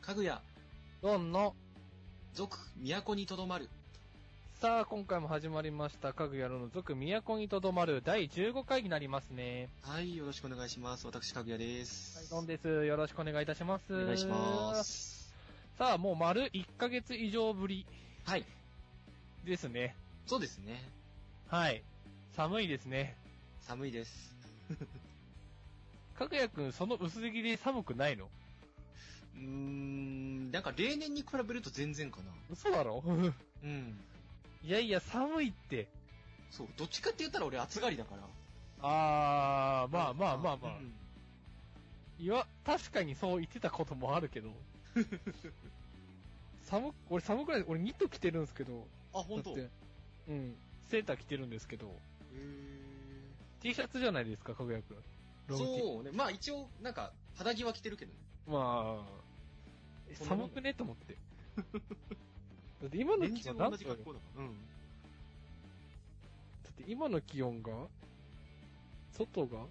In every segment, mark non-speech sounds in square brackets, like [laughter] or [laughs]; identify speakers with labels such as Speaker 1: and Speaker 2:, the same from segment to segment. Speaker 1: かぐや、
Speaker 2: ロンの、
Speaker 1: 族、都にとどまる。
Speaker 2: さあ、今回も始まりました、かぐやろの族、都にとどまる第15回になりますね。
Speaker 1: はい、よろしくお願いします。私、かぐやで
Speaker 2: はい、
Speaker 1: す。
Speaker 2: ロンです。よろしくお願いいたします。
Speaker 1: お願いしま。す。
Speaker 2: さあ、もう丸1ヶ月以上ぶり
Speaker 1: はい、
Speaker 2: ですね。
Speaker 1: そうですね。
Speaker 2: はい。寒いですね。
Speaker 1: 寒いです。
Speaker 2: かぐやくん、その薄着で寒くないの
Speaker 1: うーん、なんか例年に比べると全然かな。
Speaker 2: 嘘だろ
Speaker 1: うん。
Speaker 2: [laughs] いやいや、寒いって。
Speaker 1: そう、どっちかって言ったら俺暑がりだから。
Speaker 2: あー、まあまあまあまあ
Speaker 1: う。ん
Speaker 2: いや、確かにそう言ってたこともあるけ [laughs] ど。寒く、俺寒くない、俺ニット着てるんですけど。
Speaker 1: あ、ほんと
Speaker 2: だってうん。セーター着てるんですけど。
Speaker 1: へ
Speaker 2: T シャツじゃないですか、かぐやくん。
Speaker 1: ー
Speaker 2: ロン T。
Speaker 1: そうね。まあ一応、なんか、肌着は着てるけどね。
Speaker 2: まあ、え
Speaker 1: そんなもん
Speaker 2: 寒くねと思って。 [laughs] だって今の
Speaker 1: 連
Speaker 2: 気
Speaker 1: 日
Speaker 2: 温
Speaker 1: 同
Speaker 2: 何
Speaker 1: じ
Speaker 2: 度だよ
Speaker 1: 格好だから。うん。
Speaker 2: だって今の気温が、外が、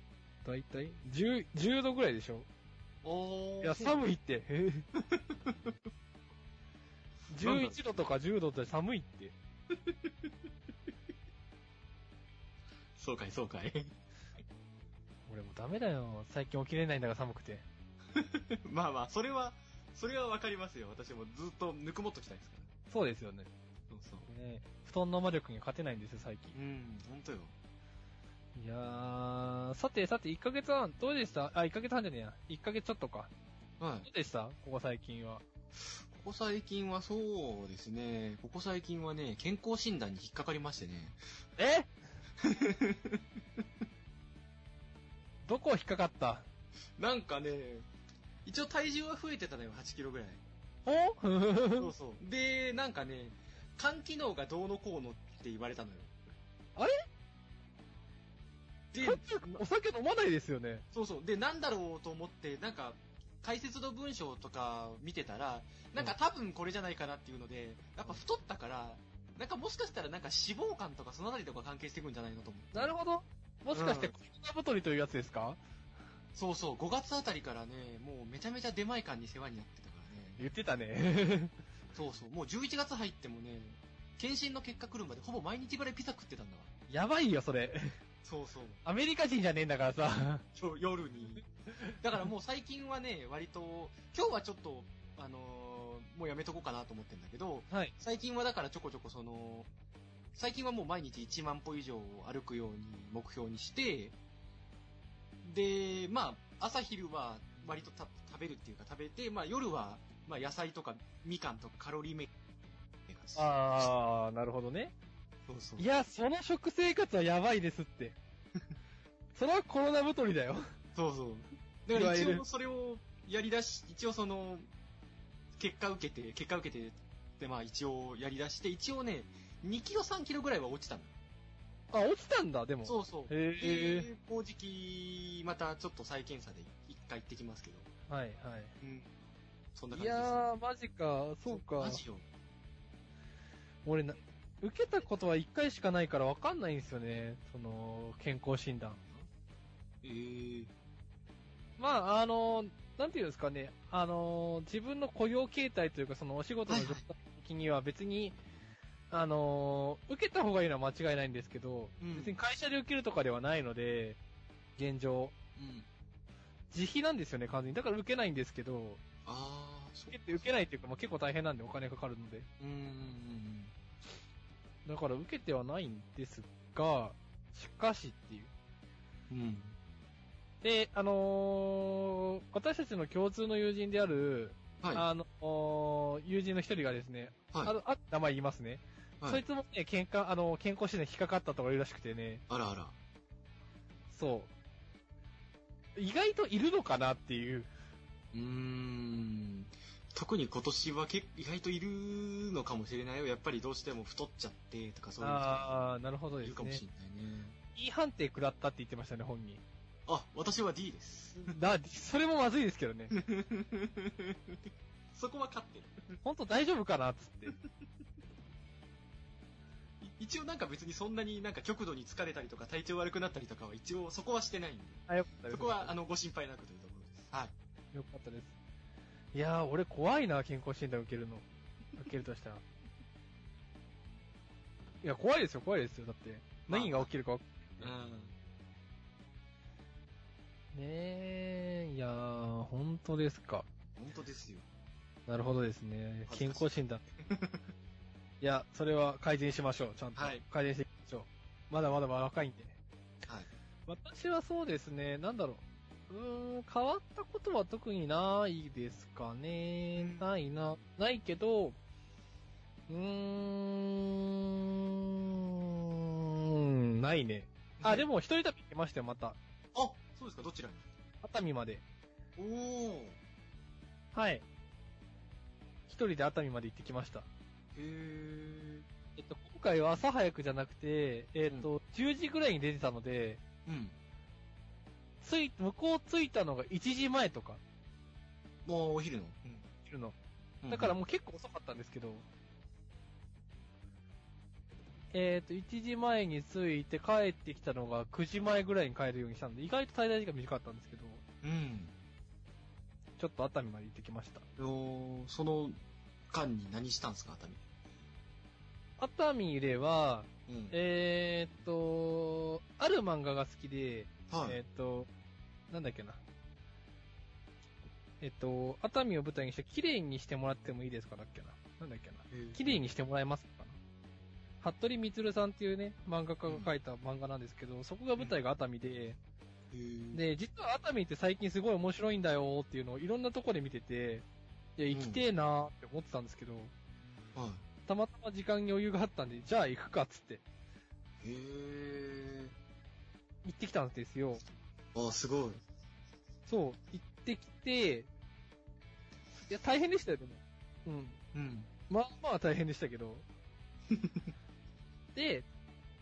Speaker 2: だいたい10、10度ぐらいでしょ
Speaker 1: おー。
Speaker 2: いや、
Speaker 1: そう
Speaker 2: 寒いって。 [laughs] へへ11度とか10度って寒いって。
Speaker 1: そうかい、そうかい。
Speaker 2: 俺もうダメだよ。最近起きれないんだが寒くて。
Speaker 1: [laughs] まあまあ、それは、それはわかりますよ。私もずっとぬくもっときたいですから。
Speaker 2: そうですよね。
Speaker 1: そうそう。
Speaker 2: ね布団の魔力に勝てないんですよ、最近。
Speaker 1: うん、ほんとよ。
Speaker 2: いやー、さてさて、1ヶ月半、どうでしたあ、1ヶ月半じゃねえや。1ヶ月ちょっとか。
Speaker 1: はい。
Speaker 2: どうでしたここ最近は。
Speaker 1: ここ最近はそうですね、ここ最近はね、健康診断に引っかかりましてね。
Speaker 2: え [laughs] どこ引っかかった
Speaker 1: なんかね、一応体重は増えてたのよ、8キロぐらい。
Speaker 2: [laughs] お
Speaker 1: そうそう。で、なんかね、肝機能がどうのこうのって言われたのよ。
Speaker 2: あれ
Speaker 1: で、
Speaker 2: お酒飲まないですよね。
Speaker 1: そうそう。で、なんだろうと思って、なんか、解説の文章とか見てたら、なんか多分これじゃないかなっていうので、やっぱ太ったから、なんかもしかしたらなんか脂肪肝とかそのあたりとか関係してくんじゃないのと思って。
Speaker 2: なるほど。もしかして、
Speaker 1: うん
Speaker 2: コロナ太りというやつですか
Speaker 1: そうそう、5月あたりからね、もうめちゃめちゃ出前館に世話になってたからね。
Speaker 2: 言ってたね。 [laughs]
Speaker 1: そうそう、もう11月入ってもね、検診の結果来るまでほぼ毎日ぐらいピザ食ってたんだわ。
Speaker 2: やばいよ、それ。
Speaker 1: そうそう。
Speaker 2: アメリカ人じゃねえんだからさ。
Speaker 1: そう夜に。 [laughs] だからもう最近はね、割と、今日はちょっと、あのーもうやめとこうかなと思ってんだけど、
Speaker 2: はい。
Speaker 1: 最近はだからちょこちょこその、最近はもう毎日1万歩以上を歩くように目標にして、で、まあ、朝昼は割とた食べるっていうか食べて、まあ夜は、まあ野菜とかみかんとかカロリーメイク。
Speaker 2: あー、なるほどね。
Speaker 1: そうそう
Speaker 2: い。や、その食生活はやばいです [laughs] って。それはコロナ太りだよ。
Speaker 1: そうそう。だから
Speaker 2: いわゆ
Speaker 1: 一応
Speaker 2: る
Speaker 1: それをやり出し、一応その、結果受けて、結果受けて、でまあ一応やり出して、一応ね、2キロ3キロぐらいは落ちたの。
Speaker 2: あ、落ちたんだ、でも。
Speaker 1: そうそう。
Speaker 2: へー
Speaker 1: で、もうじき、またちょっと再検査で一回行ってきますけど。
Speaker 2: はい、はい。
Speaker 1: うん。そんない感じです、
Speaker 2: やー、マジか、そうか
Speaker 1: マ。ジよ。
Speaker 2: 俺な、受けたことは一回しかないからわかんないんですよね。その、健康診断。
Speaker 1: えー、
Speaker 2: まあ、あの、なんていうんですかね、あの、自分の雇用形態というか、そのお仕事の状態の時には別に、あの、受けた方がいいのは間違いないんですけど、
Speaker 1: うん
Speaker 2: 別に会社で受けるとかではないので、現状。
Speaker 1: うん。
Speaker 2: 自費なんですよね、完全に。だから受けないんですけど、
Speaker 1: あー、そ
Speaker 2: 受
Speaker 1: う。
Speaker 2: けて受けないっていうか、まあ、結構大変なんでお金かかるので。
Speaker 1: うんうんうん
Speaker 2: だから受けてはないんですが、しかしっていう。
Speaker 1: うん。うん。
Speaker 2: で、あのー私たちの共通の友人である、
Speaker 1: はい。
Speaker 2: あのー友人の一人がですね、
Speaker 1: はい
Speaker 2: あの、あ、名前言いますね。
Speaker 1: はい
Speaker 2: そいつもね、健康、あの、健康診断引っかかったとか言うらしくてね、
Speaker 1: あらあら。
Speaker 2: そう。意外といるのかなっていう。
Speaker 1: うーん。特に今年は結意外といるのかもしれないよ。やっぱりどうしても太っちゃってとかそういう人
Speaker 2: ああ、なるほど
Speaker 1: い
Speaker 2: で
Speaker 1: る
Speaker 2: す
Speaker 1: かも
Speaker 2: ね
Speaker 1: し。れないね。
Speaker 2: E 判定食らったって言ってましたね、本人。
Speaker 1: あ、私は D
Speaker 2: [laughs]
Speaker 1: です。
Speaker 2: だ、それもまずいですけど
Speaker 1: [laughs]
Speaker 2: ね。
Speaker 1: そこは勝ってる。
Speaker 2: ほんと大丈夫かなっつって。
Speaker 1: い一応なんか別にそんなになんか極度に疲れたりとか体調悪くなったりとかは一応そこはしてないんで、
Speaker 2: あ、よかった
Speaker 1: そこはあ
Speaker 2: の、
Speaker 1: のご心配なくというところです。はい。
Speaker 2: よかったです。いやー、俺怖いな、健康診断受けるの。受けるとしたら。 [laughs] いや、怖いですよ、怖いですよ。だって、
Speaker 1: まあ
Speaker 2: 何が起きるか。ね
Speaker 1: うん。
Speaker 2: え、いやー、本当ですか。
Speaker 1: 本当ですよ。
Speaker 2: なるほどですね。
Speaker 1: 恥
Speaker 2: 健
Speaker 1: ずかしい
Speaker 2: 康
Speaker 1: [laughs]
Speaker 2: 診断。いや、それは改善しましょう、ちゃんと。
Speaker 1: はい
Speaker 2: 改善していきましょう。まだまだ若いんで。
Speaker 1: はい。
Speaker 2: 私はそうですね、なんだろう。うーん、変わったことは特にないですかね。
Speaker 1: うん
Speaker 2: ないな。ないけど、うーん、ないね。あ、で
Speaker 1: も、
Speaker 2: も一人旅行きましたよ、また。
Speaker 1: あ、そうですか、どちらに
Speaker 2: 熱海まで。
Speaker 1: おー。
Speaker 2: はい。一人で熱海まで行ってきました。
Speaker 1: へー。
Speaker 2: えっと、今回は朝早くじゃなくて、えっと、10時ぐらいに出てたので、
Speaker 1: うん。
Speaker 2: つい、向こう着いたのが1時前とか、
Speaker 1: もうお昼の。
Speaker 2: いるの。
Speaker 1: うん
Speaker 2: だからもう結構遅かったんですけど、えっと、1時前に着いて帰ってきたのが9時前ぐらいに帰るようにしたんで、意外と滞在時間短かったんですけど、
Speaker 1: うん。
Speaker 2: ちょっと熱海まで行ってきました。
Speaker 1: おーその間に何したんですか、熱
Speaker 2: 熱海では、
Speaker 1: 海。うん。
Speaker 2: えっと、ある漫画が好きで、
Speaker 1: はい。
Speaker 2: えっ、と、なんだっけな。えっ、と、熱海を舞台にして、綺麗にしてもらってもいいですかだっけな。なんだっけな。
Speaker 1: へー
Speaker 2: 綺麗にしてもらえますかな。服部光さんっていうね、漫画家が描いた漫画なんですけど、そこが舞台が熱海で、
Speaker 1: へー、
Speaker 2: で、実は熱海って最近すごい面白いんだよっていうのをいろんなとこで見てて、いや、行きてえなーって思ってたんですけど、
Speaker 1: は
Speaker 2: たまたま時間に余裕があったんで、じゃあ行くかっつって、
Speaker 1: い。へー。
Speaker 2: 行ってきたんですよ。
Speaker 1: あ、すごい。
Speaker 2: そう、行ってきて、いや、大変でしたよ、でも。うん。
Speaker 1: うん。
Speaker 2: まあまあ大変でしたけど。で、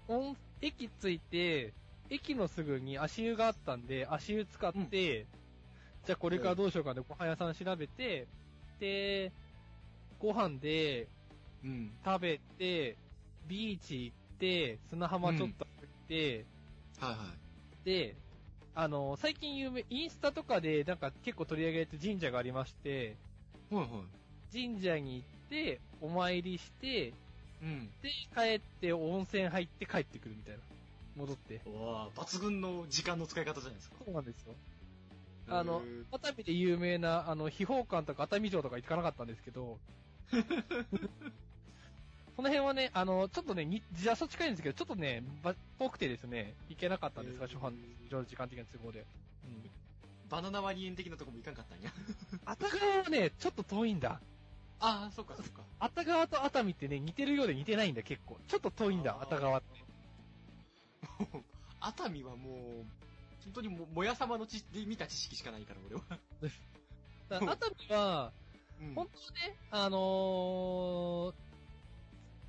Speaker 2: 温駅着いて、駅のすぐに足湯があったんで、足湯使って、じゃあこれからどうしようかで、ご飯屋さん調べて、で、ご飯で
Speaker 1: うん。
Speaker 2: 食べて、ビーチ行って、砂浜ちょっと行って、
Speaker 1: はいはい。
Speaker 2: で、あの、最近有名、インスタとかでなんか結構取り上げられてる神社がありまして、
Speaker 1: はいはい。
Speaker 2: 神社に行って、お参りして、
Speaker 1: うん。
Speaker 2: で、帰って温泉入って帰ってくるみたいな。戻って。
Speaker 1: わあ、抜群の時間の使い方じゃないですか。
Speaker 2: そうなんですよ。あの
Speaker 1: へー、
Speaker 2: 熱海で有名な、あの、秘宝館とか熱海城とか行かなかったんです
Speaker 1: [laughs]
Speaker 2: けど、その辺はね、あの、ちょっとね、に自社近いんですけど、ちょっとね、ば遠くてですね、行けなかったんですが、
Speaker 1: へー
Speaker 2: 初版、いろいろ時間的な都合で。うん。
Speaker 1: バナナ割り園的なとこも行かんかったんや。
Speaker 2: あた川はね、ちょっと遠いんだ。
Speaker 1: ああ、そっかそっか。
Speaker 2: あた川と熱海ってね、似てるようで似てないんだ、結構。ちょっと遠いんだ、
Speaker 1: あー
Speaker 2: あた川って。
Speaker 1: 熱海はもう、本当にも、もやさまの知で見た知識しかないから、俺は。
Speaker 2: だから熱海は、
Speaker 1: うん
Speaker 2: 本当はね、あのー、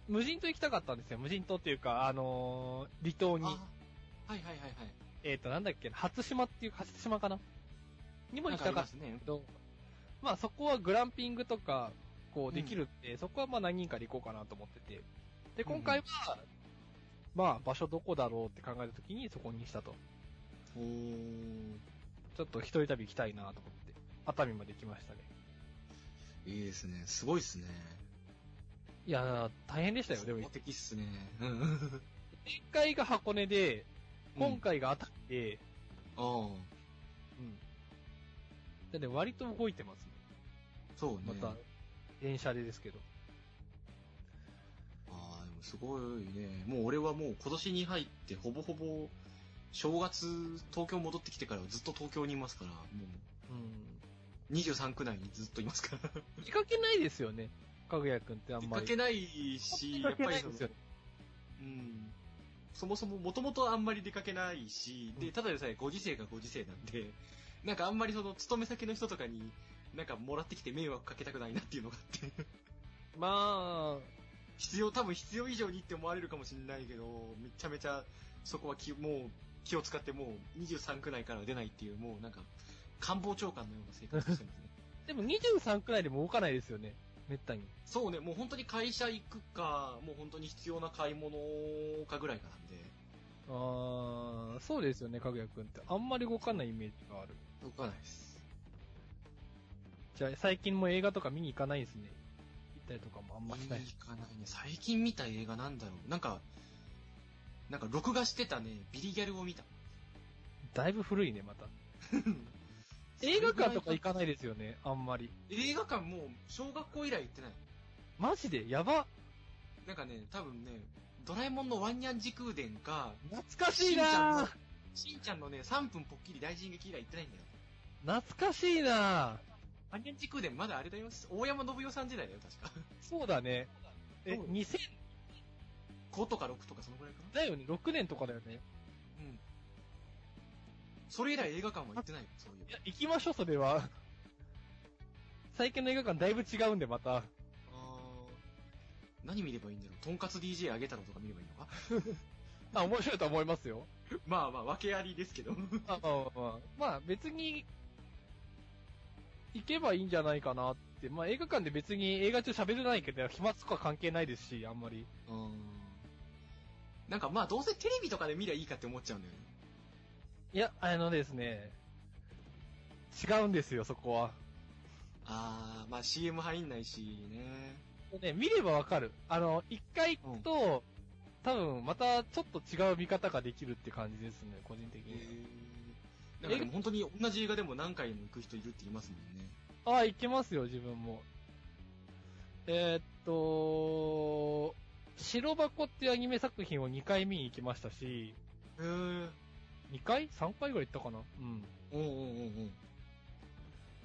Speaker 2: 無人島行きたかったんですよ。無人島っていうか、あのー、離島に
Speaker 1: あ。はいはいはいはい。
Speaker 2: えっ、と、なんだっけな、初島っていう、初島かなにも行きたかったんだ
Speaker 1: すね
Speaker 2: け。ど、まあそこはグランピングとか、こうできるって、そこはまあ何人かで行こうかなと思ってて。で、今回は、まあ場所どこだろうって考えた時にそこにしたと。
Speaker 1: おー。
Speaker 2: ちょっと一人旅行きたいなと思って、熱海まで来ましたね。
Speaker 1: いいですね。すごいですね。
Speaker 2: いやー、大変でしたよ、でも。
Speaker 1: 素
Speaker 2: 一
Speaker 1: 敵っ
Speaker 2: [laughs]
Speaker 1: すね。うん。
Speaker 2: 回が箱根で、今
Speaker 1: 回。
Speaker 2: 回が熱海で、
Speaker 1: ああ。
Speaker 2: うん。だって割と動いてますね。
Speaker 1: そうね。
Speaker 2: また、電車でですけど。
Speaker 1: ああ、でもすごいね。もう俺はもう今年に入ってほぼほぼ、正月、東京戻ってきてからはずっと東京にいますから、も
Speaker 2: うん。
Speaker 1: う23区内にずっといますから。
Speaker 2: 見かけないですよね。かぐやくんってあん
Speaker 1: 出
Speaker 2: ま
Speaker 1: か
Speaker 2: り。
Speaker 1: けないし、やっぱりその
Speaker 2: です、よね。
Speaker 1: うん。そもそももともとあんまり出かけないし、
Speaker 2: う
Speaker 1: で、
Speaker 2: ん
Speaker 1: ただでさえご時世がご時世なんで、なんかあんまりその勤め先の人とかに、なんかもらってきて迷惑かけたくないなっていうのがあって。
Speaker 2: まあ、
Speaker 1: 必要、多分必要以上にって思われるかもしれないけど、めちゃめちゃ、そこは気、もう、気を使ってもう23区内からは出ないっていう、もうなんか、官房長官のような生活をしてます
Speaker 2: [laughs]
Speaker 1: ね。
Speaker 2: でも23くらいでも動かないですよね。めったに。
Speaker 1: そうね、もう本当に会社行くか、もう本当に必要な買い物かぐらいかなんで、
Speaker 2: あー、そうですよね、かぐやくんって。あんまり動かないイメージがある。
Speaker 1: 動かないです。
Speaker 2: じゃあ、最近も映画とか見に行かないんですね。行ったりとかもあんましない。
Speaker 1: 行かないね。最近見た映画なんだろう。なんか、なんか録画してたね、ビリギャルを見た。
Speaker 2: だいぶ古いね、また。映画館とか行かないですよね、あんまり。
Speaker 1: 映画館もう小学校以来行ってない。
Speaker 2: マジでやば
Speaker 1: なんかね、多分ね、ドラえもんのワンニャン時空伝か、
Speaker 2: 懐かし
Speaker 1: し
Speaker 2: い
Speaker 1: んちゃん
Speaker 2: な
Speaker 1: の
Speaker 2: ぁ、
Speaker 1: しんちゃんのね、3分ポッキリ大進撃以来行ってないんだよ。
Speaker 2: 懐かしいなぁ
Speaker 1: ワンニャン時空伝まだあれだよ。大山信代さん時代だよ、確か。 [laughs]
Speaker 2: そうだね。え、
Speaker 1: そう
Speaker 2: 2000
Speaker 1: 5とか6とかそのくらいかな。
Speaker 2: だよね、6年とかだよね。
Speaker 1: うん。それ以来映画館は行ってないよ、そういう
Speaker 2: い。や、行きましょう、それは。 [laughs] 最近の映画館だいぶ違うんで、また。
Speaker 1: あー何見ればいいんだろう。とんかつ DJ あげたのとか見ればいいのか [laughs]
Speaker 2: あ、面白いと思いますよ。
Speaker 1: まあまあ、訳ありですけど。 [laughs]
Speaker 2: まあまあまあまあ。まあ、別に、行けばいいんじゃないかなって。まあ、映画館で別に映画中喋れないけど、暇とか関係ないですし、あんまり。
Speaker 1: うんなんかまあどうせテレビとかで見りゃいいかって思っちゃうんだよね。
Speaker 2: いや、あのですね、違うんですよ、そこは。
Speaker 1: あー、まあ CM 入んないしね。
Speaker 2: ね、見ればわかる。あの、一回行くと、多分、またちょっと違う見方ができるって感じですね、個人的
Speaker 1: えー、な
Speaker 2: に。
Speaker 1: んかでも本当に同じ映画でも何回も行く人いるって言いますもんね。
Speaker 2: ああ、行けますよ、自分も。えーっと、白箱っていうアニメ作品を2回見に行きましたし、
Speaker 1: へー。
Speaker 2: 2回 ?3 回ぐらい行ったかなうん。
Speaker 1: おうんうんうんうん。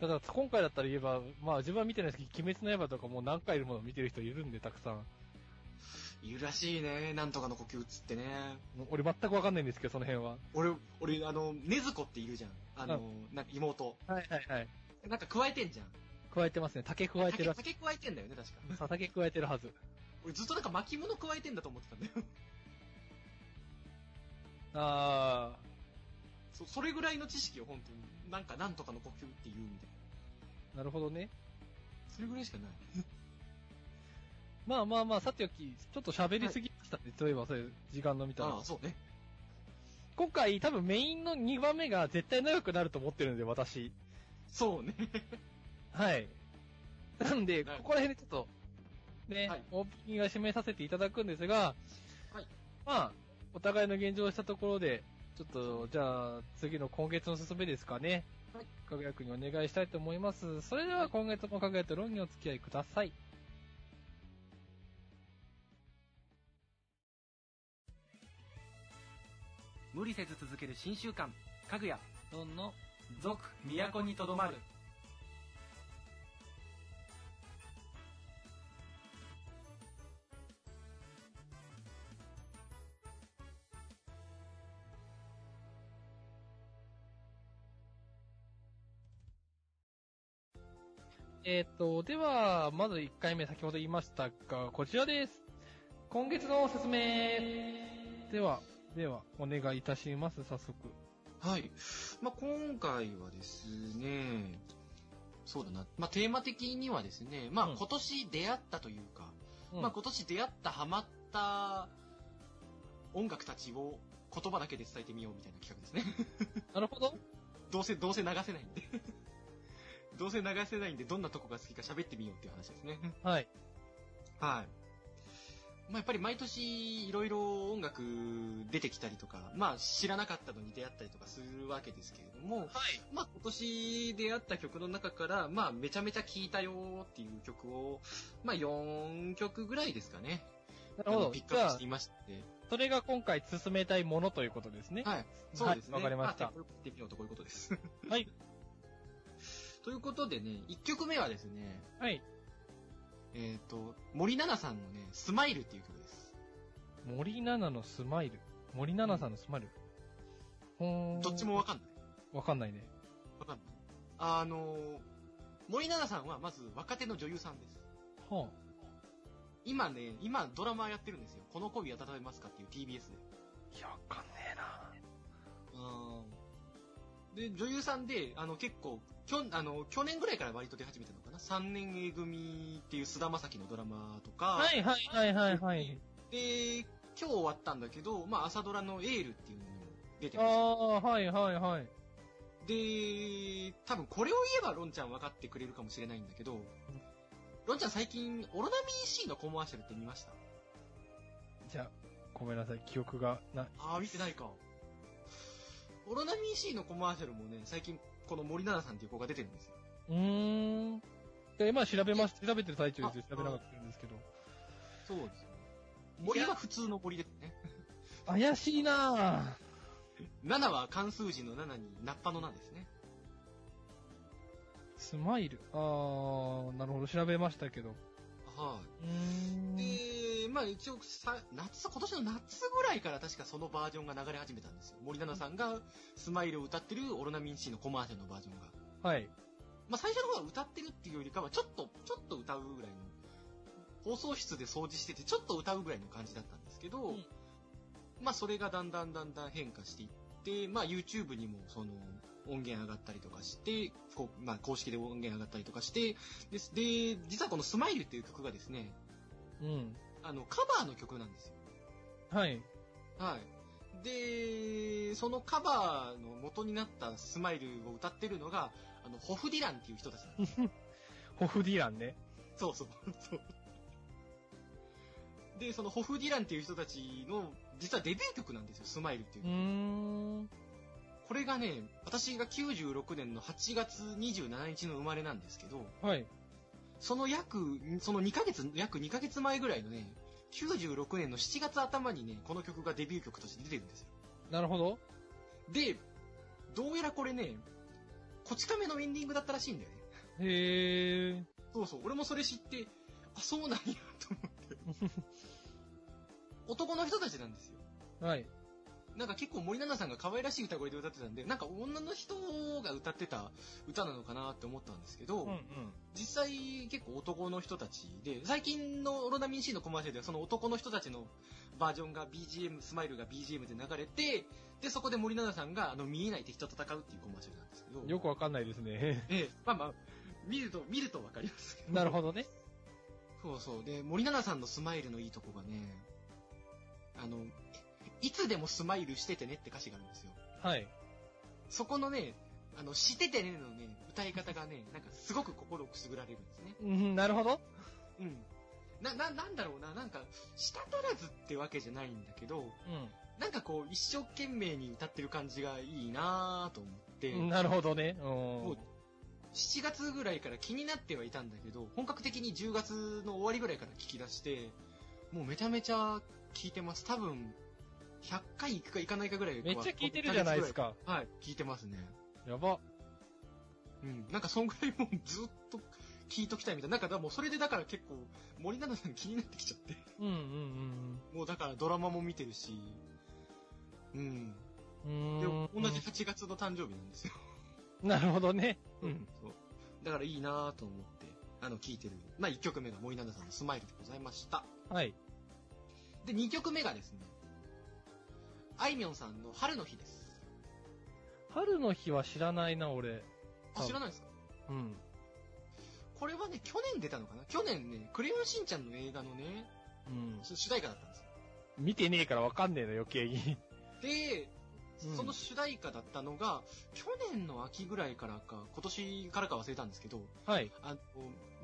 Speaker 2: だから今回だったら言えば、まあ自分は見てないですけど、鬼滅の刃とかもう何回いるもの見てる人いるんで、たくさん。
Speaker 1: いるらしいね。なんとかの呼吸っつってね。
Speaker 2: もう俺全くわかんないんですけど、その辺は。
Speaker 1: 俺、俺、あの、ねずこっているじゃん。あの、なんか妹。
Speaker 2: はいはいはい。
Speaker 1: なんか加えてんじゃん。
Speaker 2: 加えてますね。竹加えて
Speaker 1: 竹
Speaker 2: る。
Speaker 1: 竹加えてんだよね、確か。
Speaker 2: さ竹加えてるはず。
Speaker 1: 俺ずっとなんか巻物加えてんだと思ってたんだよ。
Speaker 2: あ
Speaker 1: [laughs] そそれぐらいの知識を本当に。なんかなんとかの呼吸って言うみたいな。
Speaker 2: あ、なるほどね。
Speaker 1: それぐらいしかない。
Speaker 2: まあまあまあ、さておき、ちょっと喋りすぎましたね。そういえば、そういう時間の見たら
Speaker 1: ああ、。そうね。
Speaker 2: 今回、多分メインの2番目が絶対長くなると思ってるんで、私。
Speaker 1: そうね。
Speaker 2: はい。なんで、こ
Speaker 1: はい
Speaker 2: こら辺でちょっと、ね、
Speaker 1: はい
Speaker 2: オープニングは締めさせていただくんですが、
Speaker 1: はい
Speaker 2: まあ、お互いの現状をしたところで、ちょっと、じゃあ、次の今月のすすめですかね。
Speaker 1: はい。
Speaker 2: かぐやくんにお願いしたいと思います。それでは今月もかぐやと論議お付き合いください。
Speaker 1: 無理せず続ける新習慣、かぐや、
Speaker 2: どんの
Speaker 1: 続、都にとどまる。
Speaker 2: えっ、と、では、まず1回目、先ほど言いましたが、こちらです。今月のおすすめ。では、では、お願いいたします、早速。
Speaker 1: はい。まあ、今回はですね、そうだな。まあ、テーマ的にはですね、まあ
Speaker 2: う、ん
Speaker 1: 今年出会ったというか、
Speaker 2: うん
Speaker 1: まあ、今年出会った、ハマった音楽たちを言葉だけで伝えてみようみたいな企画ですね。 [laughs]
Speaker 2: なるほど。
Speaker 1: どうせ、どうせ流せないんで。 [laughs] どうせ流せないんで、どんなとこが好きか喋ってみようっていう話ですね。 [laughs]
Speaker 2: はい。
Speaker 1: はい。まあ、やっぱり毎年いろいろ音楽出てきたりとか、まあ知らなかったのに出会ったりとかするわけですけれども、
Speaker 2: はい。
Speaker 1: まあ今年出会った曲の中から、まあめちゃめちゃ聴いたよーっていう曲を、まあ4曲ぐらいですかね。
Speaker 2: なるほ
Speaker 1: あの
Speaker 2: ど。
Speaker 1: ピック
Speaker 2: じ
Speaker 1: アップし
Speaker 2: ゃあ
Speaker 1: てい、まして。
Speaker 2: それが今回進めたいものということですね。
Speaker 1: はい。そうですね。
Speaker 2: はいわかりました
Speaker 1: あテンポよく行ってみようとこういうことです。
Speaker 2: はい。
Speaker 1: [laughs] ということでね、1曲目はですね、
Speaker 2: はい。
Speaker 1: えっ、と、森七菜さんのね、スマイルっていう曲です。
Speaker 2: 森七菜のスマイル。森七菜さんのスマイル。ほーん
Speaker 1: どっちもわかんない。
Speaker 2: わかんないね。
Speaker 1: わかんない。あのー、森七菜さんはまず若手の女優さんです。
Speaker 2: は
Speaker 1: 今ね、今ドラマやってるんですよ。この恋温めますかっていう TBS で。
Speaker 2: あ、いや、わかんねえな。
Speaker 1: で、女優さんで、あの結構、きょんあの、去年ぐらいから割と出始めたのかな ?3 年 A 組っていう菅田将暉のドラマとか、
Speaker 2: はいはいはいはいはい。
Speaker 1: で、今日終わったんだけど、まあ朝ドラのエールっていうのにも出て
Speaker 2: あ
Speaker 1: まし
Speaker 2: あ、はいはいはい。
Speaker 1: た。で、多分これを言えばロンちゃん分かってくれるかもしれないんだけど、ロンちゃん最近、オロナミン C のコマーシャルって見ました
Speaker 2: じゃあ、ごめんなさい、記憶がな、
Speaker 1: ああ、見てないか。オロナミン C のコマーシャルもね、最近、この森奈々さんっていう子が出てるんですよ。
Speaker 2: うーん。で今調べます、調べてる最中ですよ。調べなかったんですけど。
Speaker 1: そうですよね。森は普通の森ですね。
Speaker 2: 怪しいな
Speaker 1: 7は漢数字の7に、ナッパの7ですね。
Speaker 2: ぁ。スマイル。あー、なるほど、調べましたけど。
Speaker 1: は
Speaker 2: うーん
Speaker 1: い。で、まあ一応さ、夏、今年の夏ぐらいから確かそのバージョンが流れ始めたんですよ。森奈々さんがスマイルを歌ってるオロナミン C のコマーシャルのバージョンが。
Speaker 2: はい。
Speaker 1: まあ最初の方は歌ってるっていうよりかは、ちょっと、ちょっと歌うぐらいの、放送室で掃除してて、ちょっと歌うぐらいの感じだったんですけど、
Speaker 2: うん
Speaker 1: まあそれがだんだんだんだん変化していって、まあ YouTube にもその、音源上がったりとかして、こうまあ公式で音源上がったりとかして、です。で、実はこのスマイルっていう曲がですね、
Speaker 2: うん。
Speaker 1: あの、カバーの曲なんですよ。
Speaker 2: はい。
Speaker 1: はい。で、そのカバーの元になったスマイルを歌ってるのが、あの、ホフディランっていう人たちなんです
Speaker 2: ホフディランね。
Speaker 1: そう [laughs] そう。そうで、そのホフ・ディランっていう人たちの、実はデビュー曲なんですよ、スマイルっていうう。
Speaker 2: ーん。
Speaker 1: これがね、私が96年の8月27日の生まれなんですけど、
Speaker 2: はい。
Speaker 1: その約、その2ヶ月、約2ヶ月前ぐらいのね、96年の7月頭にね、この曲がデビュー曲として出てるんですよ。
Speaker 2: なるほど。
Speaker 1: で、どうやらこれね、こち亀のエンディングだったらしいんだよね。
Speaker 2: へー。
Speaker 1: そうそう、俺もそれ知って、あ、そうなんや、と思って。男の人たちなんですよ。
Speaker 2: はい。
Speaker 1: なんか結構森七菜さんが可愛らしい歌声で歌ってたんで、なんか女の人が歌ってた歌なのかなって思ったんですけど、
Speaker 2: うんうん。
Speaker 1: 実際結構男の人たちで、最近のオロナミン C のコマーシャルではその男の人たちのバージョンが BGM、スマイルが BGM で流れて、で、そこで森七菜さんがあの見えない敵と戦うっていうコマーシャルなんですけど、
Speaker 2: よくわかんないですね。 [laughs]
Speaker 1: ええまあまあ、見ると、見るとわかりますけど。
Speaker 2: なるほどね。
Speaker 1: そうそう。で、森七菜さんのスマイルのいいとこがね、あの、いつでもスマイルしててねって歌詞があるんですよ。
Speaker 2: はい。
Speaker 1: そこのね、あの、しててねのね、歌い方がね、なんかすごく心をくすぐられるんですね。
Speaker 2: うん、なるほど。
Speaker 1: うん。な、な、なんだろうな、なんか、したたらずってわけじゃないんだけど、なんかこう、一生懸命に歌ってる感じがいいなぁと思って、
Speaker 2: うん。なるほどね。う
Speaker 1: も
Speaker 2: ん
Speaker 1: う。7月ぐらいから気になってはいたんだけど、本格的に10月の終わりぐらいから聞き出して、もうめちゃめちゃ聞いてます。多分、100回行くか行かないかぐらいは
Speaker 2: めっちゃ聞いてるじゃないです。か。
Speaker 1: はい、聞いてますね。
Speaker 2: やば。
Speaker 1: うん。なんかそんぐらいもうずっと聞いときたいみたいな。なんかだからもうそれでだから結構森七菜さん気になってきちゃって。
Speaker 2: うんうん
Speaker 1: もうだからドラマも見てるし。うん。
Speaker 2: う
Speaker 1: で、
Speaker 2: ん。うーん。
Speaker 1: 同じ8月の誕生日なんですよ。
Speaker 2: [laughs] なるほどね。うん。
Speaker 1: そう。だからいいなぁと思って、あの、聞いてる。まあ1曲目が森七菜さんのスマイルでございました。
Speaker 2: はい。
Speaker 1: で、2曲目がですね、あいみょんさんの春の日です。
Speaker 2: 春の日は知らないな、俺。
Speaker 1: あ、知らないですか
Speaker 2: うん。
Speaker 1: これはね、去年出たのかな去年ね、クレヨンしんちゃんの映画のね、
Speaker 2: うん。
Speaker 1: 主主題歌だったんですよ
Speaker 2: 見てねえからわかんねえの、余計に。
Speaker 1: で、
Speaker 2: うん
Speaker 1: その主題歌だったのが、去年の秋ぐらいからか、今年からか忘れたんですけど、
Speaker 2: はい。
Speaker 1: あの、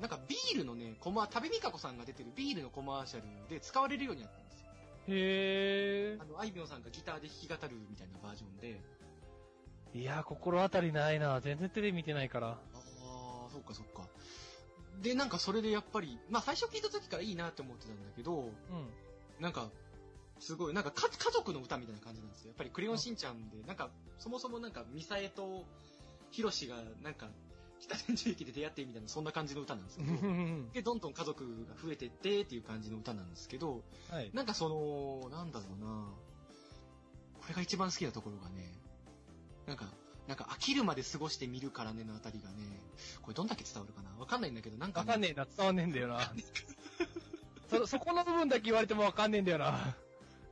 Speaker 1: なんかビールのね、コマ、旅美香子さんが出てるビールのコマーシャルで使われるようになったんですよ。
Speaker 2: へ
Speaker 1: あの、あいみょんさんがギターで弾き語るみたいなバージョンで、
Speaker 2: え。いや、心当たりないな。全然テレビ見てないから。
Speaker 1: ああ、そっかそっか。で、なんかそれでやっぱり、まあ最初聞いた時からいいなって思ってたんだけど、
Speaker 2: うん。
Speaker 1: なんか、すごい、なんかか家族の歌みたいな感じなんですよ。やっぱりクレヨンしんちゃんで、なんか、そもそもなんか、ミサエとヒロシが、なんか、北千住駅で出会ってみたいな、そんな感じの歌なんですけど。 [laughs] で、どんどん家族が増えてってっていう感じの歌なんですけど、
Speaker 2: はい。
Speaker 1: なんかその、なんだろうなこれが一番好きなところがね、なんか、なんか飽きるまで過ごしてみるからねのあたりがね、これどんだけ伝わるかなわかんないんだけど、なんか、
Speaker 2: わかんねえな、伝わんねえんだよな。そ、そこの部分だけ言われてもわかんねえんだよな。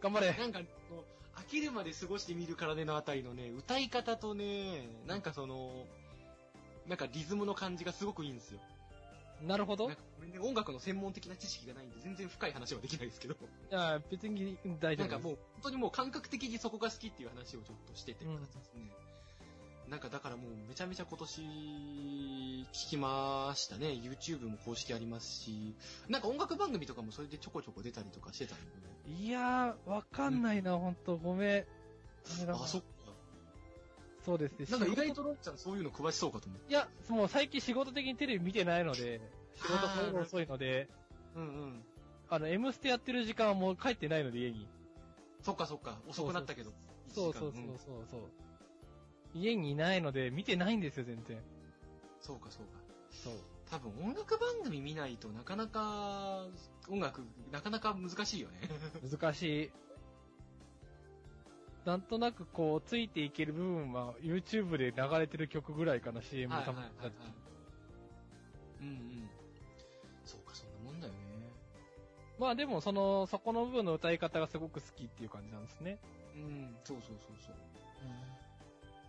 Speaker 2: 頑張れ。
Speaker 1: なんか、こう飽きるまで過ごしてみるからねのあたりのね、歌い方とね、なんかその、なんかリズムの感じがすごくいいんですよ。
Speaker 2: なるほど
Speaker 1: なん。かこれね、音楽の専門的な知識がないんで、全然深い話はできないですけど、
Speaker 2: あ別に大
Speaker 1: なん
Speaker 2: 丈夫です。
Speaker 1: かもう、本当にもう感覚的にそこが好きっていう話をちょっとしてってる形ですね。なんかだからもうめちゃめちゃ今年聞きましたね。YouTube も公式ありますし、なんか音楽番組とかもそれでちょこちょこ出たりとかしてたんで、
Speaker 2: いやー、わかんないな、ほんと。ごめん。ダメだ
Speaker 1: あ、
Speaker 2: な
Speaker 1: そっか。
Speaker 2: そうですね。
Speaker 1: なんか意外
Speaker 2: 仕事
Speaker 1: とロッちゃんそういうの詳しそうかと思って。
Speaker 2: いや、もう最近仕事的にテレビ見てないので、仕事ほど遅いので、
Speaker 1: うんうん。
Speaker 2: あの、M ステやってる時間はもう帰ってないので、家に。
Speaker 1: そっかそっか、遅くなったけど。
Speaker 2: そうそう
Speaker 1: 一
Speaker 2: そ
Speaker 1: 時
Speaker 2: う
Speaker 1: 間ん
Speaker 2: そうそう。家にいないので、見てないんですよ、全然。
Speaker 1: そうかそうか。
Speaker 2: そう。
Speaker 1: 多分音楽番組見ないとなかなか、音楽、なかなか難しいよね。
Speaker 2: 難しい。なんとなくこう、ついていける部分は YouTube で流れてる曲ぐらいかな、CM
Speaker 1: はい
Speaker 2: で
Speaker 1: はい
Speaker 2: た
Speaker 1: は
Speaker 2: ま
Speaker 1: いはい。うんうん。そうか、そんなもんだよね。
Speaker 2: まあでも、その、そこの部分の歌い方がすごく好きっていう感じなんですね。
Speaker 1: うん、そうそうそうそう。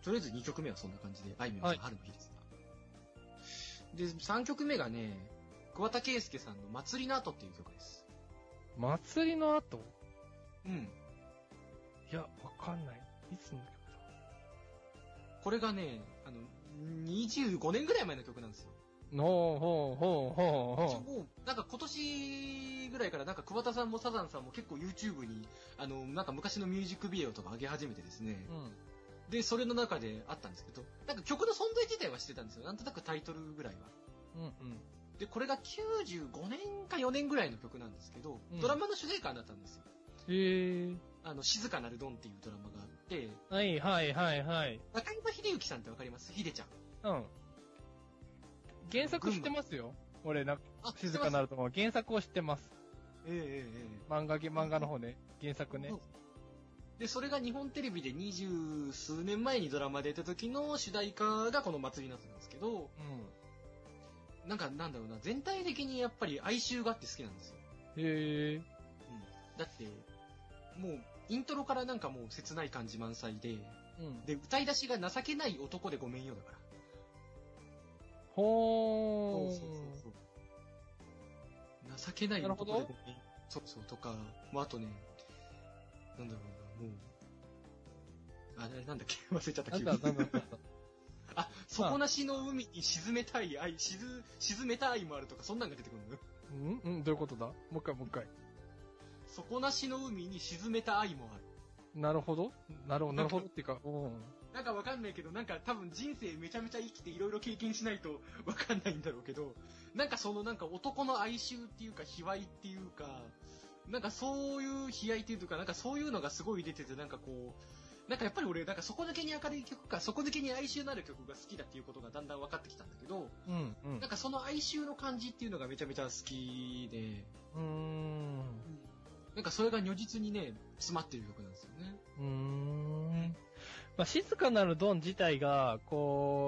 Speaker 1: とりあえず2曲目はそんな感じで、あいみょんさん、
Speaker 2: はい
Speaker 1: 春の日でした。で、3曲目がね、桑田佳祐さんの祭りの後っていう曲です。
Speaker 2: 祭りの後
Speaker 1: うん。
Speaker 2: いや、わかんない。いつの曲だ
Speaker 1: これがね、あの、25年ぐらい前の曲なんですよ。
Speaker 2: ほうほうほうほうほう。
Speaker 1: もう、なんか今年ぐらいからなんか桑田さんもサザンさんも結構 YouTube に、あの、なんか昔のミュージックビデオとか上げ始めてですね。
Speaker 2: う
Speaker 1: で、それの中であったんですけど、なんか曲の存在自体は知ってたんですよ。なんとなくタイトルぐらいは。
Speaker 2: ん。うんうん。
Speaker 1: で、これが95年か4年ぐらいの曲なんですけど、
Speaker 2: うん
Speaker 1: ドラマの主題歌になったんですよ。
Speaker 2: へえ。
Speaker 1: あの、静かなるドンっていうドラマがあって、
Speaker 2: はいはいはいはい。
Speaker 1: 中山秀幸さんってわかります秀ちゃん。
Speaker 2: うん。原作知ってますよ。俺、なんか、
Speaker 1: あ、
Speaker 2: 静かな
Speaker 1: る。
Speaker 2: ると思う。原作を知ってます。
Speaker 1: えええええ
Speaker 2: 漫画、漫画の方ね。原
Speaker 1: え
Speaker 2: 作ね
Speaker 1: そ。うで、それが日本テレビで二十数年前にドラマ出た時の主題歌がこの祭りなんですけど、
Speaker 2: うん。
Speaker 1: なんかなんだろうな、全体的にやっぱり哀愁があって好きなんですよ。
Speaker 2: へえ。
Speaker 1: うん。だって、もう、イントロからなんかもう切ない感じ満載で、
Speaker 2: うん。
Speaker 1: で、歌い出しが情けない男でごめんよだから。
Speaker 2: ほー。
Speaker 1: そう。情けない男で
Speaker 2: なるほど
Speaker 1: そうそうとか、もうあとね、なんだろうな、もう、あれなんだっけ [laughs] 忘れちゃった
Speaker 2: なん
Speaker 1: 急
Speaker 2: だ、
Speaker 1: に
Speaker 2: なんだ、なんだ。
Speaker 1: あ、底なしの海に沈めたい愛、沈、沈めた愛もあるとか、そんなんが出てくるのよ。
Speaker 2: うんうん、どういうことだもう一回、もう一回。
Speaker 1: 底なしの海に沈めた愛もある。
Speaker 2: なるほど。なるほど、なるほどっていうか、うん。
Speaker 1: なんかわかんないけど、なんか多分人生めちゃめちゃ生きていろいろ経験しないと [laughs] わかんないんだろうけど、なんかそのなんか男の哀愁っていうか、卑猥っていうか、なんかそういう悲哀っていうか、なんかそういうのがすごい出てて、なんかこう、なんかやっぱり俺、なんか底抜けに明るい曲か、底抜けに哀愁のある曲が好きだっていうことがだんだん分かってきたんだけど、
Speaker 2: うん、うん
Speaker 1: なんかその哀愁の感じっていうのがめちゃめちゃ好きで、。
Speaker 2: うーん。
Speaker 1: なんかそれが如実にね、詰まってる曲なんですよね。
Speaker 2: うーん。まあ、静かなるドン自体が、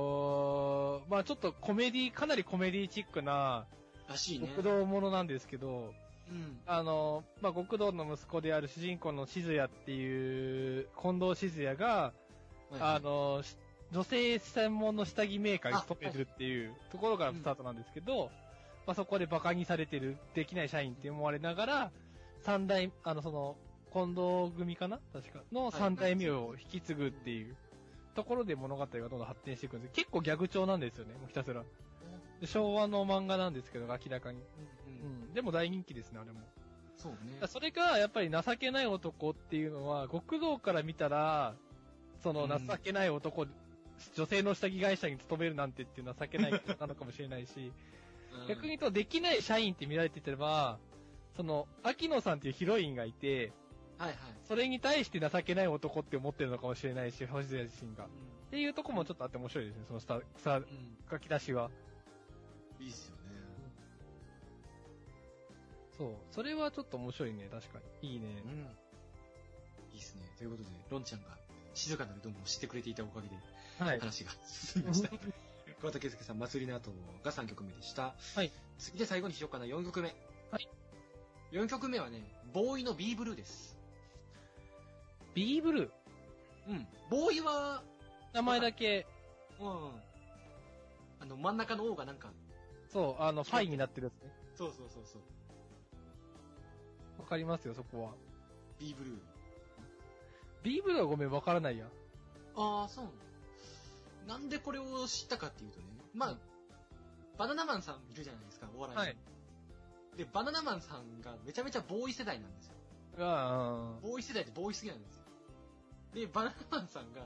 Speaker 2: こう、まあちょっとコメディ、かなりコメディチックな、
Speaker 1: らしいね。
Speaker 2: 極道ものなんですけど、
Speaker 1: うん。
Speaker 2: あの、まあ、極道の息子である主人公の静也っていう、近藤静也が、
Speaker 1: はいはい
Speaker 2: あ、の、し女性専門の下着メーカーに勤めてるっていうところからスタートなんですけど、まあ、そこで馬鹿にされてる、できない社員って思われながら、三代、あの、その、近藤組かな確か。の三代目を引き継ぐっていうところで物語がどんどん発展していくんです。結構ギャグ調なんですよね、もうひたすら。で昭和の漫画なんですけど、明らかに。
Speaker 1: うんうん
Speaker 2: うん。でも大人気ですね、あれも。
Speaker 1: そうね
Speaker 2: だから。それが、やっぱり情けない男っていうのは、極道から見たら、その
Speaker 1: うん
Speaker 2: 情けない男、女性の下着会社に勤めるなんてっていう情けないことなのかもしれないし、
Speaker 1: うん
Speaker 2: 逆に言うと、できない社員って見られていれば、その、秋野さんっていうヒロインがいて、
Speaker 1: はいはい。
Speaker 2: それに対して情けない男って思ってるのかもしれないし、星出自身が。っていうとこもちょっとあって面白いですね、その下、下
Speaker 1: うん。
Speaker 2: 書き出しは。
Speaker 1: いいっすよね。
Speaker 2: そう。それはちょっと面白いね、確かに。いいね。
Speaker 1: うん。いいっすね。ということで、ロンちゃんが静かなるドンを知ってくれていたおかげで
Speaker 2: はい。
Speaker 1: 話が [laughs] 進みました。桑田佳祐さん、祭りの後が3曲目でした。
Speaker 2: はい。
Speaker 1: 次で最後にしようかな、4曲目。
Speaker 2: はい。
Speaker 1: 4曲目はね、ボーイの B ブルーです。
Speaker 2: ビーブルー。
Speaker 1: うん。ボーイは、
Speaker 2: 名前だけ、
Speaker 1: うん。あの、真ん中の O がなんか、
Speaker 2: そう、あの、ファイになってるやつね。
Speaker 1: そうそうそうそう。
Speaker 2: わかりますよ、そこは。
Speaker 1: B ブルー。
Speaker 2: ビーブルはごめん、わからないや。
Speaker 1: ああ、そう。なんでこれを知ったかっていうとね、まあ、
Speaker 2: うん
Speaker 1: バナナマンさんいるじゃないですか、お笑いの。
Speaker 2: はい
Speaker 1: で、バナナマンさんがめちゃめちゃボーイ世代なんですよ。
Speaker 2: あ
Speaker 1: ボーイ世代ってボーイすぎなんですよ。で、バナナマンさんが、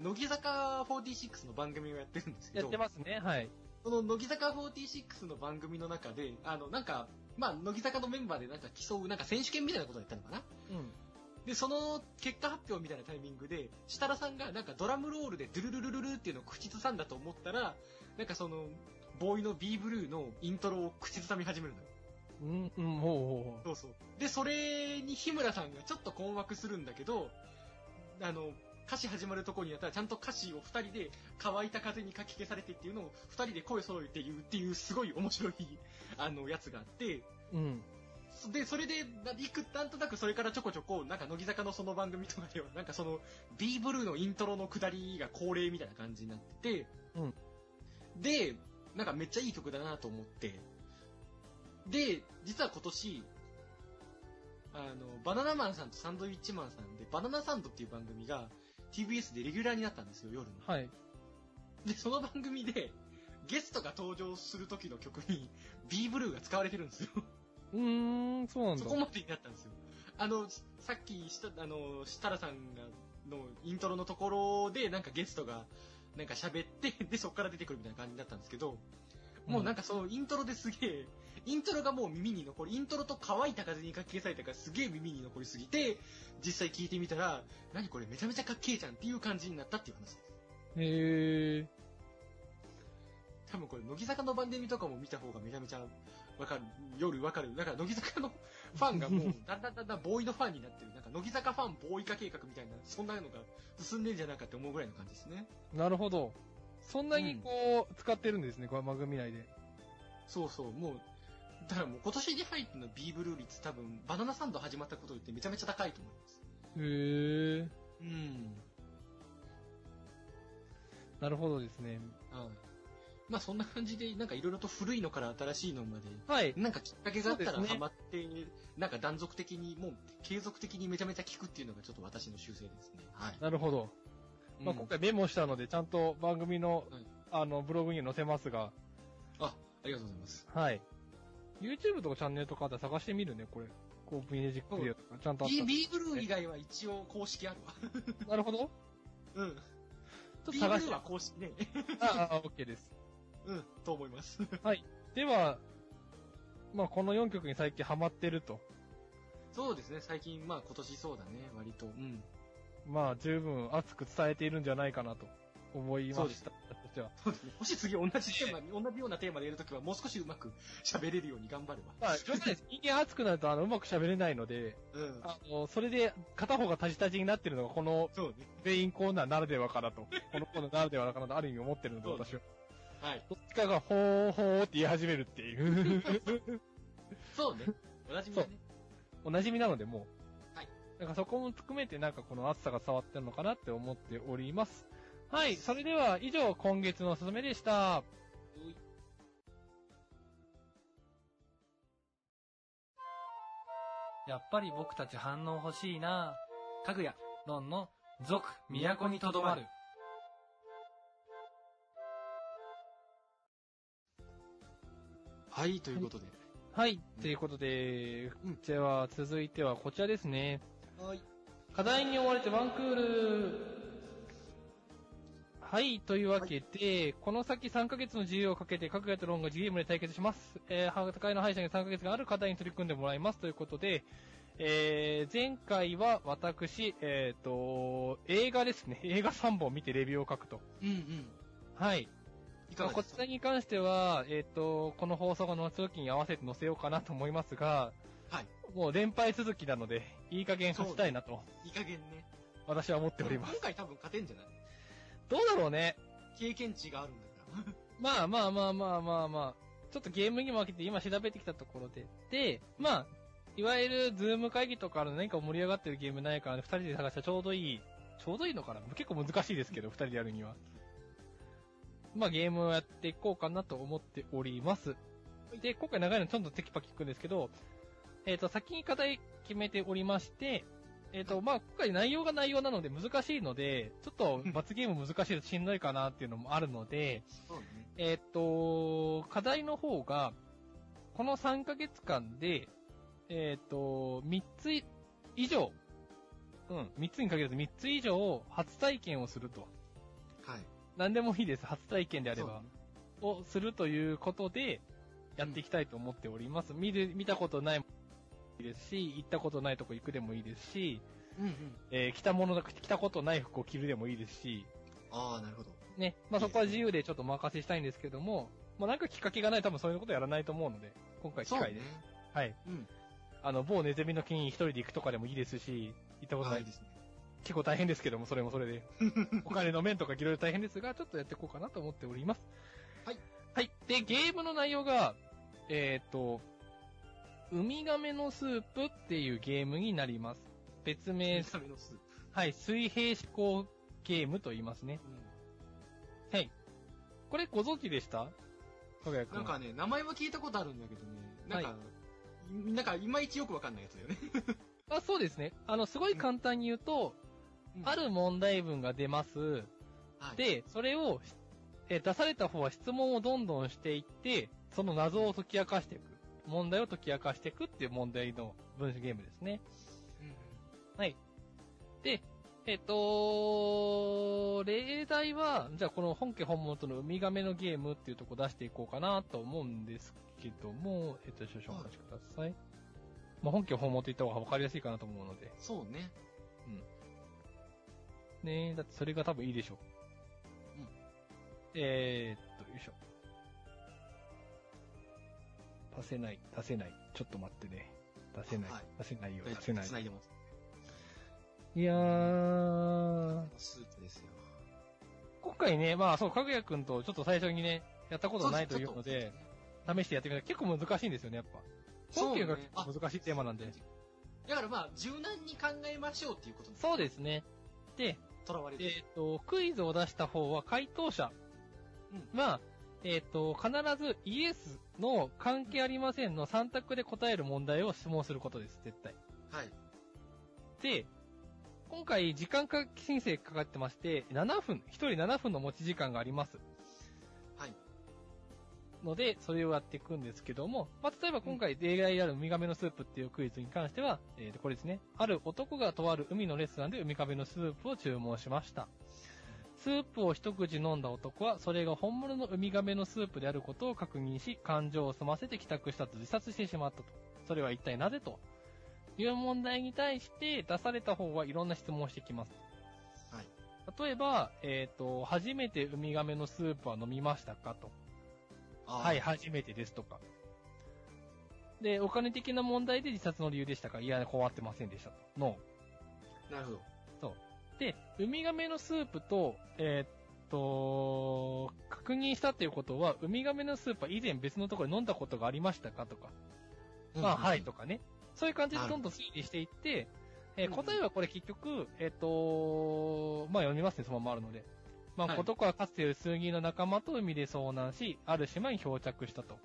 Speaker 1: 乃木坂46の番組をやってるんです
Speaker 2: ー
Speaker 1: け
Speaker 2: や
Speaker 1: ど、
Speaker 2: ってますね、はい。
Speaker 1: この乃木坂46の番組の中で、あの、なんか、まあ、乃木坂のメンバーでなんか競う、なんか選手権みたいなことをやったのかな
Speaker 2: うん。
Speaker 1: で、その結果発表みたいなタイミングで、設楽さんがなんかドラムロールでドゥルルルルルっていうのを口ずさんだと思ったら、なんかその、ボーイの B ブルーのイントロを口ずさみ始めるのよ。
Speaker 2: うん、うん、ほうほう
Speaker 1: そうそう。で、それに日村さんがちょっと困惑するんだけど、あの、歌詞始まるとこにやったらちゃんと歌詞を二人で乾いた風にかき消されてっていうのを二人で声揃えて言うっていうすごい面白い、あの、やつがあって、
Speaker 2: ほう。うん。
Speaker 1: そで、それで、ないく、なんとなくそれからちょこちょこ、なんか乃木坂のその番組とかでは、なんかその、B ブルーのイントロの下りが恒例みたいな感じになってて、
Speaker 2: うん
Speaker 1: で、なんかめっちゃいい曲だなと思って、で、実は今年、あの、バナナマンさんとサンドウィッチマンさんで、バナナサンドっていう番組が TBS でレギュラーになったんですよ、夜の。
Speaker 2: はい。
Speaker 1: で、その番組で、ゲストが登場する時の曲に B ブルーが使われてるんですよ。
Speaker 2: うーん、そうなんだ。
Speaker 1: そこまでになったんですよ。あの、ささっきした、あの、設楽さんが、のイントロのところで、なんかゲストが、なんか喋って、 [laughs] で、そこから出てくるみたいな感じだったんですけど、もうなん
Speaker 2: か、
Speaker 1: かそのイントロですげえ、イントロがもう耳に残り、イントロと乾いた風にかき消されたからすげえ耳に残りすぎて、実際聞いてみたら、何これめちゃめちゃかっけえじゃんっていう感じになったっていう話です。
Speaker 2: へえ。
Speaker 1: 多分これ、乃木坂の番組とかも見た方がめちゃめちゃわかる、夜わかる。なんか乃木坂のファンが [laughs] もう、だんだんだんだんボーイのファンになってる。なんか乃木坂ファンボーイ化計画みたいな、そんなのが進んでんじゃないかって思うぐらいの感じですね。
Speaker 2: なるほど。そんなにこう、使ってるんですね、これ番組内で。
Speaker 1: そうそう、もう、だからもう今年に入っての B ブルー率多分、バナナサンド始まったことってめちゃめちゃ高いと思います。
Speaker 2: へえ。
Speaker 1: うん。
Speaker 2: なるほどですね。
Speaker 1: はい。まあそんな感じで、なんかいろいろと古いのから新しいのまで、
Speaker 2: はい。
Speaker 1: なんかきっかけがあったら
Speaker 2: そうですね
Speaker 1: ハマって、なんか断続的に、もう継続的にめちゃめちゃ聞くっていうのがちょっと私の修正ですね。はい。
Speaker 2: なるほど。まあ、
Speaker 1: うん
Speaker 2: 今回メモしたので、ちゃんと番組の、
Speaker 1: はい
Speaker 2: あの、ブログには載せますが、
Speaker 1: あ、ありがとうございます。
Speaker 2: はい。YouTube とかチャンネルとかあったら探してみるね、これ。こう、ミュージックビデオとか、ちゃんとあっ
Speaker 1: B,
Speaker 2: た
Speaker 1: B ブルー以外は一応公式あるわ。
Speaker 2: ら。なるほど。
Speaker 1: うん。
Speaker 2: ちょっと
Speaker 1: B ブル
Speaker 2: 探し
Speaker 1: ー
Speaker 2: て。
Speaker 1: は
Speaker 2: あ
Speaker 1: 公式ね。
Speaker 2: あ、OK です。
Speaker 1: [laughs] うん、と思います。
Speaker 2: では、まあ、この4曲に最近ハマってると。
Speaker 1: そうですね、最近、まあ今年そうだね、割と。うん。
Speaker 2: まあ、十分熱く伝えているんじゃないかなと思い
Speaker 1: そ
Speaker 2: ま
Speaker 1: うで
Speaker 2: し
Speaker 1: す
Speaker 2: た。私としては。
Speaker 1: そうですね。もし次同じテーマに、同じようなテーマでやるときはもう少しうまく喋れるように頑張るわ。
Speaker 2: まあ、上手です。人間熱くなると、あの、うまく喋れないので、
Speaker 1: うん。
Speaker 2: あの、それで、片方がタジタジになってるのが、この、
Speaker 1: そうね。
Speaker 2: 全員コーナーならではかなと。このコーナーならではかなと、ある意味思ってるので、
Speaker 1: そうね
Speaker 2: 私は。
Speaker 1: はい。
Speaker 2: どっちかが、ほーほーって言い始めるっていう。
Speaker 1: そう [laughs] ね。同じみだね。
Speaker 2: お馴染みなので、もう。
Speaker 1: はい。
Speaker 2: なんかそこも含めて、なんかこの暑さが伝わってるのかなって思っております。はい。それでは、以上、今月のおすすめでした。
Speaker 3: やっぱり僕たち反応欲しいなかぐや、ロンの、族、都にとどまる。
Speaker 1: はい、ということで。
Speaker 2: はい。ということで、
Speaker 1: うん
Speaker 2: では、続いてはこちらですね。
Speaker 1: はい。
Speaker 2: 課題に追われてワンクール。はい。というわけで、この先3ヶ月の自由をかけて、各やとロンが GM で対決します。えー、戦いの敗者に3ヶ月がある課題に取り組んでもらいます。ということで、えー、前回は私、えっ、と、映画ですね。映画3本見てレビューを書くと。
Speaker 1: うんうん。
Speaker 2: はい。
Speaker 1: いかが
Speaker 2: こ
Speaker 1: です
Speaker 2: ち
Speaker 1: から
Speaker 2: に関しては、えっ、と、この放送が載る時に合わせて載せようかなと思いますが、
Speaker 1: はい
Speaker 2: もう連敗続きなので、いい加減勝ちたいなと、
Speaker 1: いい加減ね。
Speaker 2: 私は思っており
Speaker 1: 今
Speaker 2: ます。
Speaker 1: 回多分勝てんじゃない
Speaker 2: どうだろうね。
Speaker 1: 経験値があるんだから。
Speaker 2: まあまあまあまあまあまあ、ちょっとゲームにも負けて今調べてきたところで。で、まあ、いわゆるズーム会議とかある何か盛り上がってるゲームないから、ね、二人で探したらちょうどいい。ちょうどいいのかな結構難しいですけど、二人でやるには。まあゲームをやっていこうかなと思っております。で、今回長いのちょっとテキパキ聞くんですけど、えっ、と、先に課題決めておりまして、えっ、と、まあ、今回内容が内容なので難しいので、ちょっと罰ゲーム難しいとしんどいかなっていうのもあるので、
Speaker 1: そうね。
Speaker 2: えっ、と、課題の方が、この3ヶ月間で、えっ、と、3つ以上、うん、3つに限らず3つ以上初体験をすると。
Speaker 1: はい。
Speaker 2: 何でもいいです、初体験であれば
Speaker 1: そ。
Speaker 2: をするということで、やっていきたいと思っております。見る、見たことないもいいですし、行ったことないとこ行くでもいいですし、
Speaker 1: う。うんうん。
Speaker 2: えー着たもの、着たことない服を着るでもいいですし、
Speaker 1: ああ、なるほど。
Speaker 2: ね、まあそこは自由でちょっとお任せしたいんですけども、まあなんかきっかけがないと多分そういうことやらないと思うので、今回機
Speaker 1: そう
Speaker 2: 会で。
Speaker 1: ね。
Speaker 2: はい。
Speaker 1: うん。
Speaker 2: あの、某ネズミの木に一人で行くとかでもいいですし、行ったことな
Speaker 1: はいい。ですね。
Speaker 2: 結構大変ですけども、それもそ
Speaker 1: [laughs]
Speaker 2: れで。お金の面とかいろいろ大変ですが、ちょっとやっていこうかなと思っております。
Speaker 1: はい。
Speaker 2: はい。で、ゲームの内容が、えーっと、ウミガメのスープっていうゲームになります。別名、
Speaker 1: サメのスープ。
Speaker 2: はい、水平思考ゲームと言いますね。
Speaker 1: う
Speaker 2: はい。これご存知でしたかがやく
Speaker 1: ん。なんかね、名前は聞いたことあるんだけどね。なんか、、
Speaker 2: はい
Speaker 1: なんか、いまいちよくわかんないやつだよね。
Speaker 2: あ、そうですね。あの、すごい簡単に言うと、
Speaker 1: うん
Speaker 2: あ。る問題文が出ます。
Speaker 1: はい、
Speaker 2: で、それを、えー出された方は質問をどんどんしていって、その謎を解き明かしていく。問題を解き明かしていくっていう問題の文章ゲームですね。
Speaker 1: うんうん
Speaker 2: で、えっ、と例題は、じゃあこの本家本元のウミガメのゲームっていうとこ出していこうかなと思うんですけども、えっ、と、少々お待ちください。まあ、本家本元と言った方が分かりやすいかなと思うので。
Speaker 1: そうね。
Speaker 2: ねえ、だってそれが多分いいでしょう。
Speaker 1: うん
Speaker 2: えーっと、よいしょ。出せない、出せない。ちょっと待ってね。出せない、
Speaker 1: はい
Speaker 2: 出せないよ、
Speaker 1: 大
Speaker 2: 出
Speaker 1: 丈
Speaker 2: せ
Speaker 1: 夫
Speaker 2: ない。
Speaker 1: 繋いでます。
Speaker 2: いやー、
Speaker 1: スープですよ。
Speaker 2: 今回ね、まあそう、かぐやくんとちょっと最初にね、やったことないというので、試してやってみたら結構難しいんですよね、やっぱ。本家が結構難しいテーマなんで。
Speaker 1: だからまあ、柔軟に考えましょうっていうことに
Speaker 2: そうですね。で、
Speaker 1: とらわれてる。
Speaker 2: えっ、と、クイズを出した方は回答者は、えっ、と、必ずイエスの関係ありませんの3択で答える問題を質問することです、絶対。
Speaker 1: はい。
Speaker 2: で、今回時間か申請かかってまして、7分、1人7分の持ち時間があります。
Speaker 1: はい。
Speaker 2: ので、それをやっていくんですけども、まあ、例えば今回、例外であるウミガメのスープっていうクイズに関しては、えー、これですね。ある男がとある海のレストランでウミガメのスープを注文しました。スープを一口飲んだ男は、それが本物のウミガメのスープであることを確認し、感情を済ませて帰宅したと自殺してしまったと。それは一体なぜという問題に対して、出された方はいろんな質問をしてきます。
Speaker 1: はい。
Speaker 2: 例えば、えっ、と、初めてウミガメのスープは飲みましたかと。
Speaker 1: あー
Speaker 2: はい、初めてですとか。で、お金的な問題で自殺の理由でしたかいや、困ってませんでしたと。の。
Speaker 1: なるほど。
Speaker 2: で、ウミガメのスープと、えーっと、確認したということは、ウミガメのスープは以前別のところで飲んだことがありましたかとか、まあ、はいと
Speaker 1: か。
Speaker 2: かね。そういう感じで
Speaker 1: なる
Speaker 2: ど
Speaker 1: ほ
Speaker 2: ん
Speaker 1: ど
Speaker 2: どん推理していって、えー
Speaker 1: うんうん
Speaker 2: 答えはこれ結局、えーっと、まあ読みますね、そのままあるので。まあ、
Speaker 1: はい
Speaker 2: 男はかつて薄着の仲間と海で遭難し、ある島に漂着したと。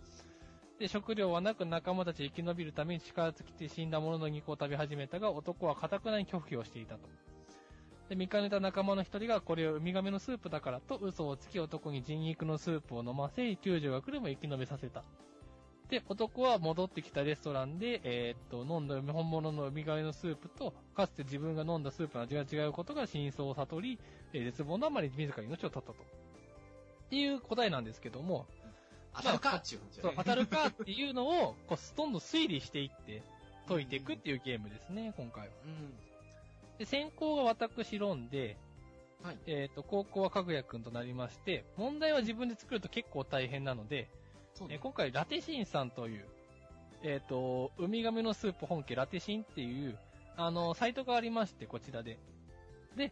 Speaker 2: で、食料はなく仲間たち生き延びるために力尽きて死んだものの肉を食べ始めたが、男は堅くなに拒否をしていたと。で、見かねた仲間の一人がこれをウミガメのスープだからと嘘をつき男に人肉のスープを飲ませ、救助が来るも生き延びさせた。で、男は戻ってきたレストランで、えーっと、飲んだ海本物のウミガメのスープと、かつて自分が飲んだスープの味が違うことが真相を悟り、えー絶望のあまり自ら命を絶ったと。っていう答えなんですけども、
Speaker 1: 当たるかっていう感じ
Speaker 2: そ
Speaker 1: だ
Speaker 2: う
Speaker 1: ね
Speaker 2: 当たるかっていうのを、こう、どんどん推理していって、解いていくっていうゲームですね、今回は。
Speaker 1: うん。
Speaker 2: で、先行が私ロンで、
Speaker 1: はい
Speaker 2: えっ、と、高校はかぐやくんとなりまして、問題は自分で作ると結構大変なので、
Speaker 1: そう
Speaker 2: えー
Speaker 1: ね。
Speaker 2: 今回ラテシンさんという、えっ、と、ウミガメのスープ本家ラテシンっていう、あの、サイトがありまして、こちらで。で、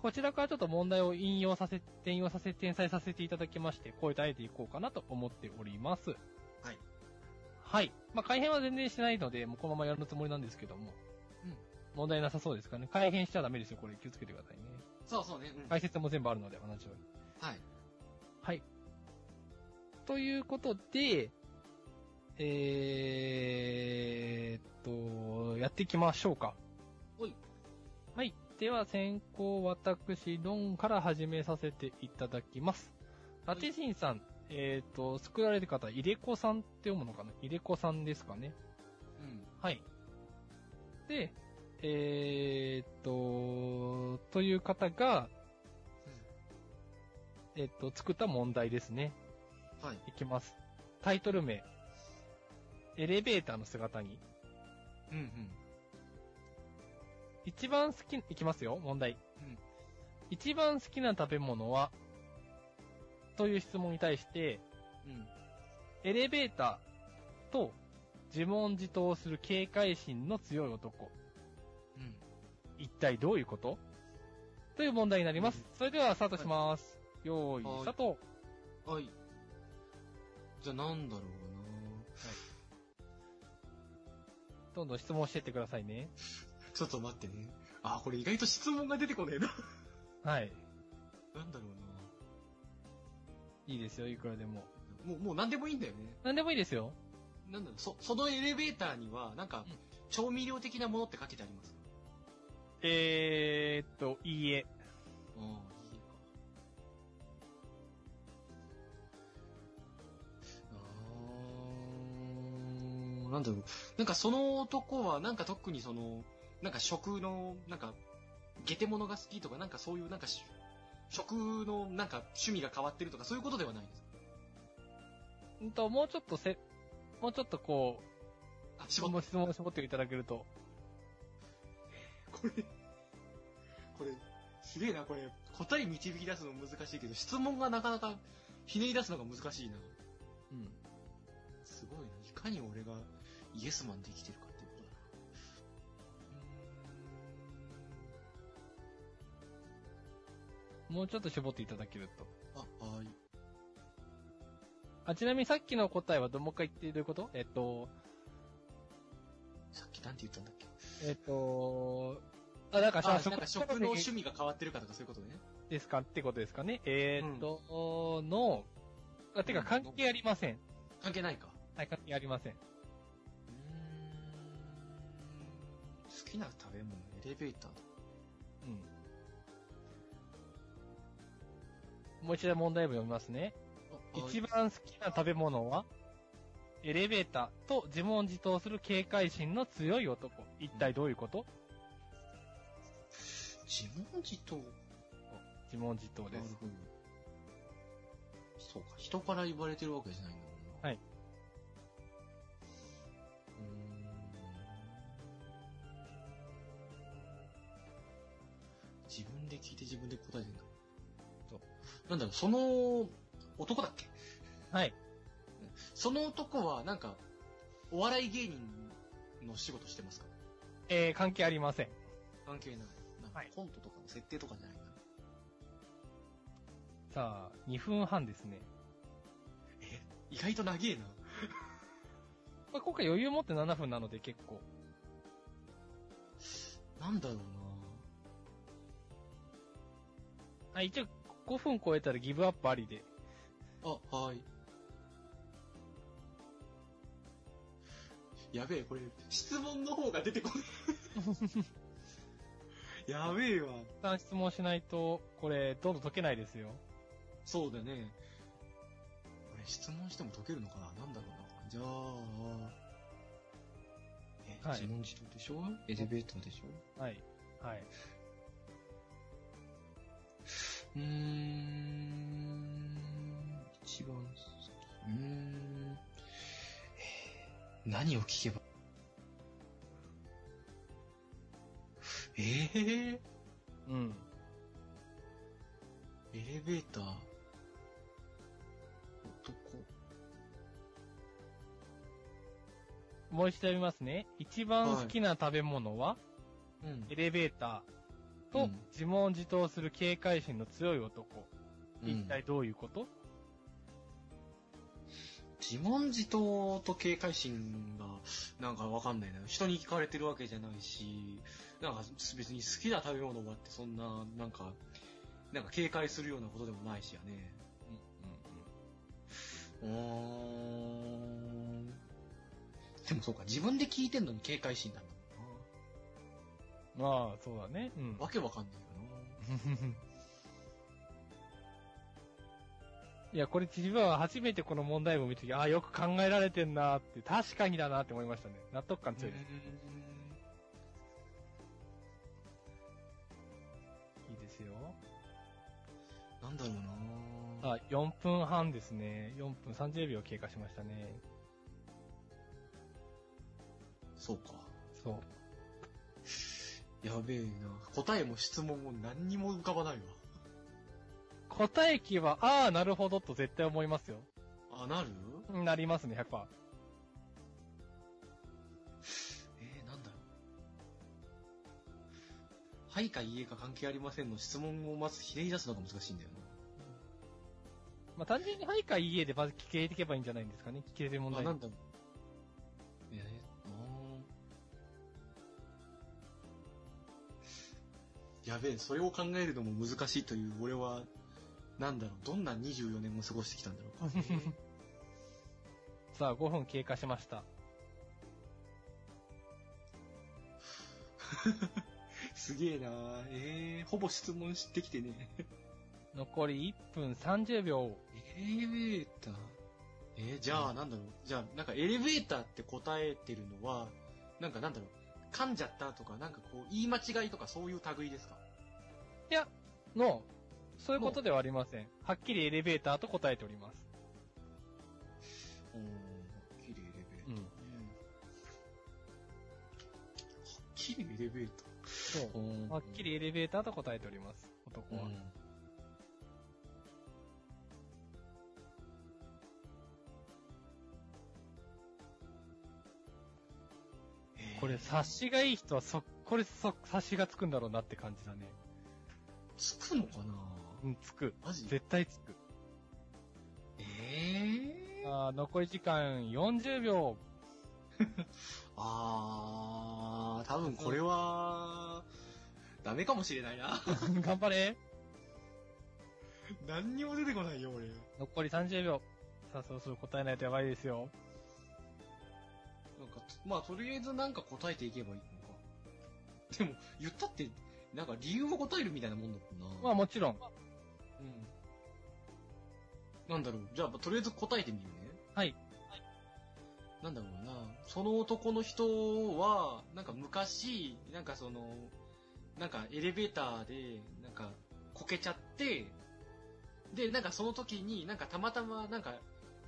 Speaker 2: こちらからちょっと問題を引用させ、転用させ、転載させていただきまして、こういうえていこうかなと思っております。
Speaker 1: はい。
Speaker 2: はい。まあ、改変は全然しないので、もうこのままやるつもりなんですけども。
Speaker 1: うん
Speaker 2: 問題なさそうですかね。改変しちゃダメですよ、これ。気をつけてくださいね。
Speaker 1: そうそうね。うん
Speaker 2: 解説も全部あるので、同じように。
Speaker 1: はい。
Speaker 2: はい。ということで、えーっと、やっていきましょうか。
Speaker 1: おい。
Speaker 2: では先行私、ドンから始めさせていただきます。ラテシンさん、えっ、と、作られる方、イレコさんって読むのかなイレコさんですかね。
Speaker 1: うん。
Speaker 2: はい。で、えーっと、という方が、えっと、作った問題ですね。
Speaker 1: はい。
Speaker 2: いきます。タイトル名。エレベーターの姿に。
Speaker 1: うんうん。
Speaker 2: 一番好き、いきますよ、問題。
Speaker 1: うん
Speaker 2: 一番好きな食べ物はという質問に対して、
Speaker 1: うん。
Speaker 2: エレベーターと自問自答する警戒心の強い男。
Speaker 1: うん。
Speaker 2: 一体どういうことという問題になります。それではスタートします。よー
Speaker 1: はい
Speaker 2: い、スタート。
Speaker 1: はい。じゃあなんだろう
Speaker 2: どんどん質問してってくださいね。
Speaker 1: なちょっと待ってね。あ、これ意外と質問が出てこねえな。 [laughs]
Speaker 2: はい。
Speaker 1: なんだろ
Speaker 2: いいですよ、いくらでも。
Speaker 1: うな。もう、もう何でもいいんだよね。
Speaker 2: なんでもいいですよ。
Speaker 1: なんだろう、そ、そのエレベーターには、なんか
Speaker 2: うん、
Speaker 1: 調味料的なものって書けてあります
Speaker 2: えーっと、いいえ。
Speaker 1: ああ、いいか。あーなんだろう。なんかその男は、なんか特にその、なんか食の、なんか、ゲテ物が好きとか、なんかそういう、なんかし、食の、なんか趣味が変わってるとか、そういうことではないんですか
Speaker 2: うんと、もうちょっとせ、もうちょっとこう、
Speaker 1: あ、
Speaker 2: 質
Speaker 1: 絞っ
Speaker 2: 問質問を絞っていただけると。
Speaker 1: これ、 [laughs] これ、すげえな、これ、答え導き出すの難しいけど、質問がなかなかひねり出すのが難しいな。
Speaker 2: うん。
Speaker 1: すごいな。いかに俺がイエスマンで生きてるかっていうことだな
Speaker 2: もうちょっと絞っていただけると。。
Speaker 1: うーんあ、はい。
Speaker 2: あ、ちなみにさっきの答えはど、もう一回言ってどういうことえっと、
Speaker 1: さっきなんて言ったんだっけ
Speaker 2: えっと、あ、なんか
Speaker 1: あ
Speaker 2: さ、
Speaker 1: なんか食の趣
Speaker 2: 味
Speaker 1: 味が変わってるかとかそういうことね。
Speaker 2: ですかってことですかね。えーっと、の、あ、てか関係ありません。
Speaker 1: 関係ないか。
Speaker 2: はい、関係ありません。
Speaker 1: うーん好きな食べ物、エレベーター。
Speaker 2: うん。もう一度問題文読みますね。
Speaker 1: あはい
Speaker 2: 一番好きな食べ物はエレベーターと自問自答する警戒心の強い男。一体どういうこと、
Speaker 1: 自問自答。
Speaker 2: 自問自答です。
Speaker 1: ほど。そうか、人から言われてるわけじゃないんだもんな。
Speaker 2: はいう
Speaker 1: ーん。自分で聞いて自分で答えてんだ。そうなんだろう、その、男だっけ
Speaker 2: はい。
Speaker 1: その男は、なんか、お笑い芸人の仕事してますか
Speaker 2: えー、関係ありません。
Speaker 1: 関係ない。なんか
Speaker 2: はい
Speaker 1: コントとかの設定とかじゃないんだ。
Speaker 2: さあ、2分半ですね。
Speaker 1: 意外と長えな。
Speaker 2: まあ、今回余裕持って7分なので結構。
Speaker 1: なんだろうな
Speaker 2: あ、一応5分超えたらギブアップありで。
Speaker 1: あ、はい。やべえ、これ、質問の方が出てこない。 [laughs] やべえわ。
Speaker 2: 一旦質問しないと、これ、どんどん解けないですよ。
Speaker 1: そうだね。これ、質問しても解けるのかななんだろうな。じゃあ、え、
Speaker 2: はい
Speaker 1: 自問自答でしょエレベーターでしょ
Speaker 2: はい。はい。
Speaker 1: うーん、一番好き。うーん、えー何を聞けば。えー、
Speaker 2: うん。
Speaker 1: エレベーター。男。
Speaker 2: もう一度読みますね。一番好きな食べ物
Speaker 1: うん
Speaker 2: は、エレベーター
Speaker 1: う
Speaker 2: と
Speaker 1: ん
Speaker 2: 自問自答する警戒心の強い男。
Speaker 1: うん
Speaker 2: 一体どういうこと、
Speaker 1: 自問自答と警戒心が、なんかわかんないな。人に聞かれてるわけじゃないし、なんか別に好きな食べ物があってそんな、なんか、なんか警戒するようなことでもないしやね。うーん。でもそうか、自分で聞いてんのに警戒心なんだもんな。
Speaker 2: うまあ、そうだね。うん。
Speaker 1: わけわかんないよ
Speaker 2: いや、これ自分は初めてこの問題文を見て、ああ、よく考えられてんなーって、確かにだなって思いましたね。納得感
Speaker 1: な
Speaker 2: 強いです。いいですよ。
Speaker 1: うーんなんだろうな
Speaker 2: あ、4分半ですね。4分30秒経過しましたね。
Speaker 1: そうか。
Speaker 2: そう。
Speaker 1: やべえな答えも質問も何にも浮かばないわ。
Speaker 2: 答え機は、ああ、なるほどと絶対思いますよ。
Speaker 1: あ、なる
Speaker 2: なりますね、100%。
Speaker 1: えー、なんだろう。はいかいいえか関係ありませんの質問をまずひねり出すのが難しいんだよ
Speaker 2: まあ、単純にはいかいいえでまず聞けていけばいいんじゃないんですかね。聞けてる問
Speaker 1: な。
Speaker 2: 題
Speaker 1: あ、な
Speaker 2: に。
Speaker 1: んだろう。えー、あーやべえ、それを考えるのも難しいという、俺は、なんだろう、どんな24年も過ごしてきたんだろ [laughs] うか。
Speaker 2: さあ、5分経過しました。
Speaker 1: すげえなえー、ほぼ質問してきてね。
Speaker 2: 残り1分30秒。
Speaker 1: エレベーターえーじゃあ、なんだろう。じゃあ、なんかエレベーターって答えてるのは、なんかなんだろう。噛んじゃったとか、なんかこう、言い間違いとかそういう類ですか
Speaker 2: の、そういうことではありません。はっきりエレベーターと答えております。
Speaker 1: おー、はっきりエレベーター。
Speaker 2: うん
Speaker 1: はっきりエレベー
Speaker 2: そ
Speaker 1: ター。
Speaker 2: う。はっき
Speaker 1: り。
Speaker 2: りエレベーターと答えております。
Speaker 1: う
Speaker 2: 男
Speaker 1: ん
Speaker 2: は。これ、察しがいい人は、そ、これ、そ、察しがつくんだろうなって感じだね。
Speaker 1: つくのかな
Speaker 2: うん、つく。
Speaker 1: マジ
Speaker 2: 絶対つく。
Speaker 1: ええー、
Speaker 2: あー残り時間40秒。
Speaker 1: あー、多分これは、ダメかもしれないな。
Speaker 2: [laughs] 頑張れ。
Speaker 1: [laughs] 何にも出てこないよ、俺。
Speaker 2: 残り30秒。さあ、そろそろ答えないとやばいですよ。
Speaker 1: なんか、まあ、とりあえずなんか答えていけばいいのか。でも、言ったって、なんか理由を答えるみたいなもんだもんな。
Speaker 2: まあもちろん。
Speaker 1: うん。なんだろう。じゃあ、とりあえず答えてみるね。
Speaker 2: はい。
Speaker 1: なんだろうな。その男の人は、なんか昔、なんかその、なんかエレベーターで、なんか、こけちゃって、で、なんかその時に、なんかたまたま、なんか、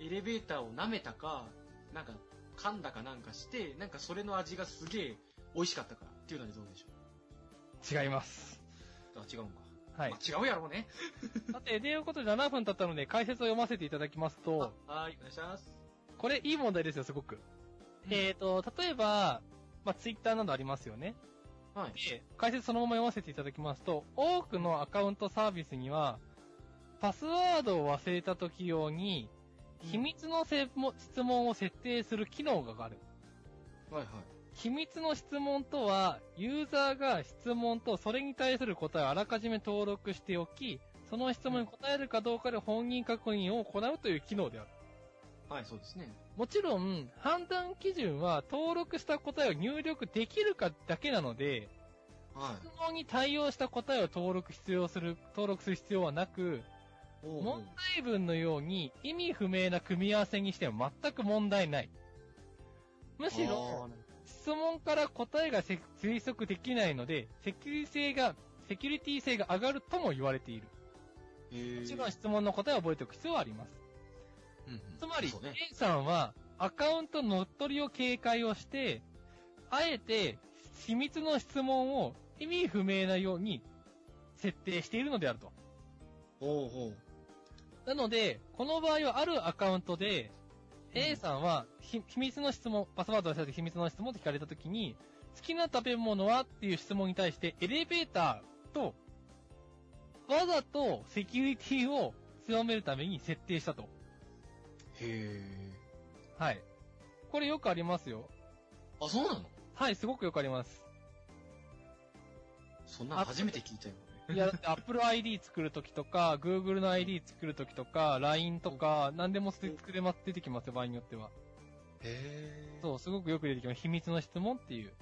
Speaker 1: エレベーターを舐めたか、なんか、噛んだかなんかして、なんかそれの味がすげえ美味しかったからっていうのでどうでしょ
Speaker 2: 違います。
Speaker 1: うあ、違うんか。
Speaker 2: はい
Speaker 1: ま。あ違うやろうね。
Speaker 2: [laughs] さて、ということで7分経ったので解説を読ませていただきますと、
Speaker 1: あはい、お願いします。
Speaker 2: これいい問題ですよ、すごく。
Speaker 1: うん
Speaker 2: えーと、例えば、まあ、ツイッターなどありますよね。
Speaker 1: はい。
Speaker 2: で、解説そのまま読ませていただきますと、多くのアカウントサービスには、パスワードを忘れた時用に、秘密のせも質問を設定する機能がある。
Speaker 1: はいはい。
Speaker 2: 秘密の質問とは、ユーザーが質問とそれに対する答えをあらかじめ登録しておき、その質問に答えるかどうかで本人確認を行うという機能である。
Speaker 1: はい、そうですね。
Speaker 2: もちろん、判断基準は登録した答えを入力できるかだけなので、
Speaker 1: は
Speaker 2: 質問に対応した答えを登録必要する、登録する必要はなく、
Speaker 1: い。おうおう
Speaker 2: 問題文のように意味不明な組み合わせにしても全く問題ない。むしろ、質問から答えがせ推測できないので、セキュリティ性が、セキュリティ性が上がるとも言われている。
Speaker 1: あー
Speaker 2: もちろん質問の答えを覚えておく必要はあります。
Speaker 1: うんうん
Speaker 2: つまり
Speaker 1: そうね、
Speaker 2: A さんは、アカウント乗っ取りを警戒をして、あえて、秘密の質問を意味不明なように設定しているのであると。
Speaker 1: おうおう
Speaker 2: なので、この場合はあるアカウントで、
Speaker 1: うん
Speaker 2: A さんは、ひ秘密の質問、パスワードをしたて秘密の質問と聞かれたときに、好きな食べ物はっていう質問に対して、エレベーターと、わざとセキュリティを強めるために設定したと。
Speaker 1: へえ。
Speaker 2: はい。これよくありますよ。
Speaker 1: あ、そうなの
Speaker 2: はい、すごくよくあります。
Speaker 1: そんなの初めて聞いたよ。
Speaker 2: いや、だって Apple ID 作るときとか、Google の ID 作るときとか、LINE とか、何でも作れま、出てきますよ、場合によっては。
Speaker 1: へえ。
Speaker 2: そう、すごくよく出てきます。秘密の質問っていう。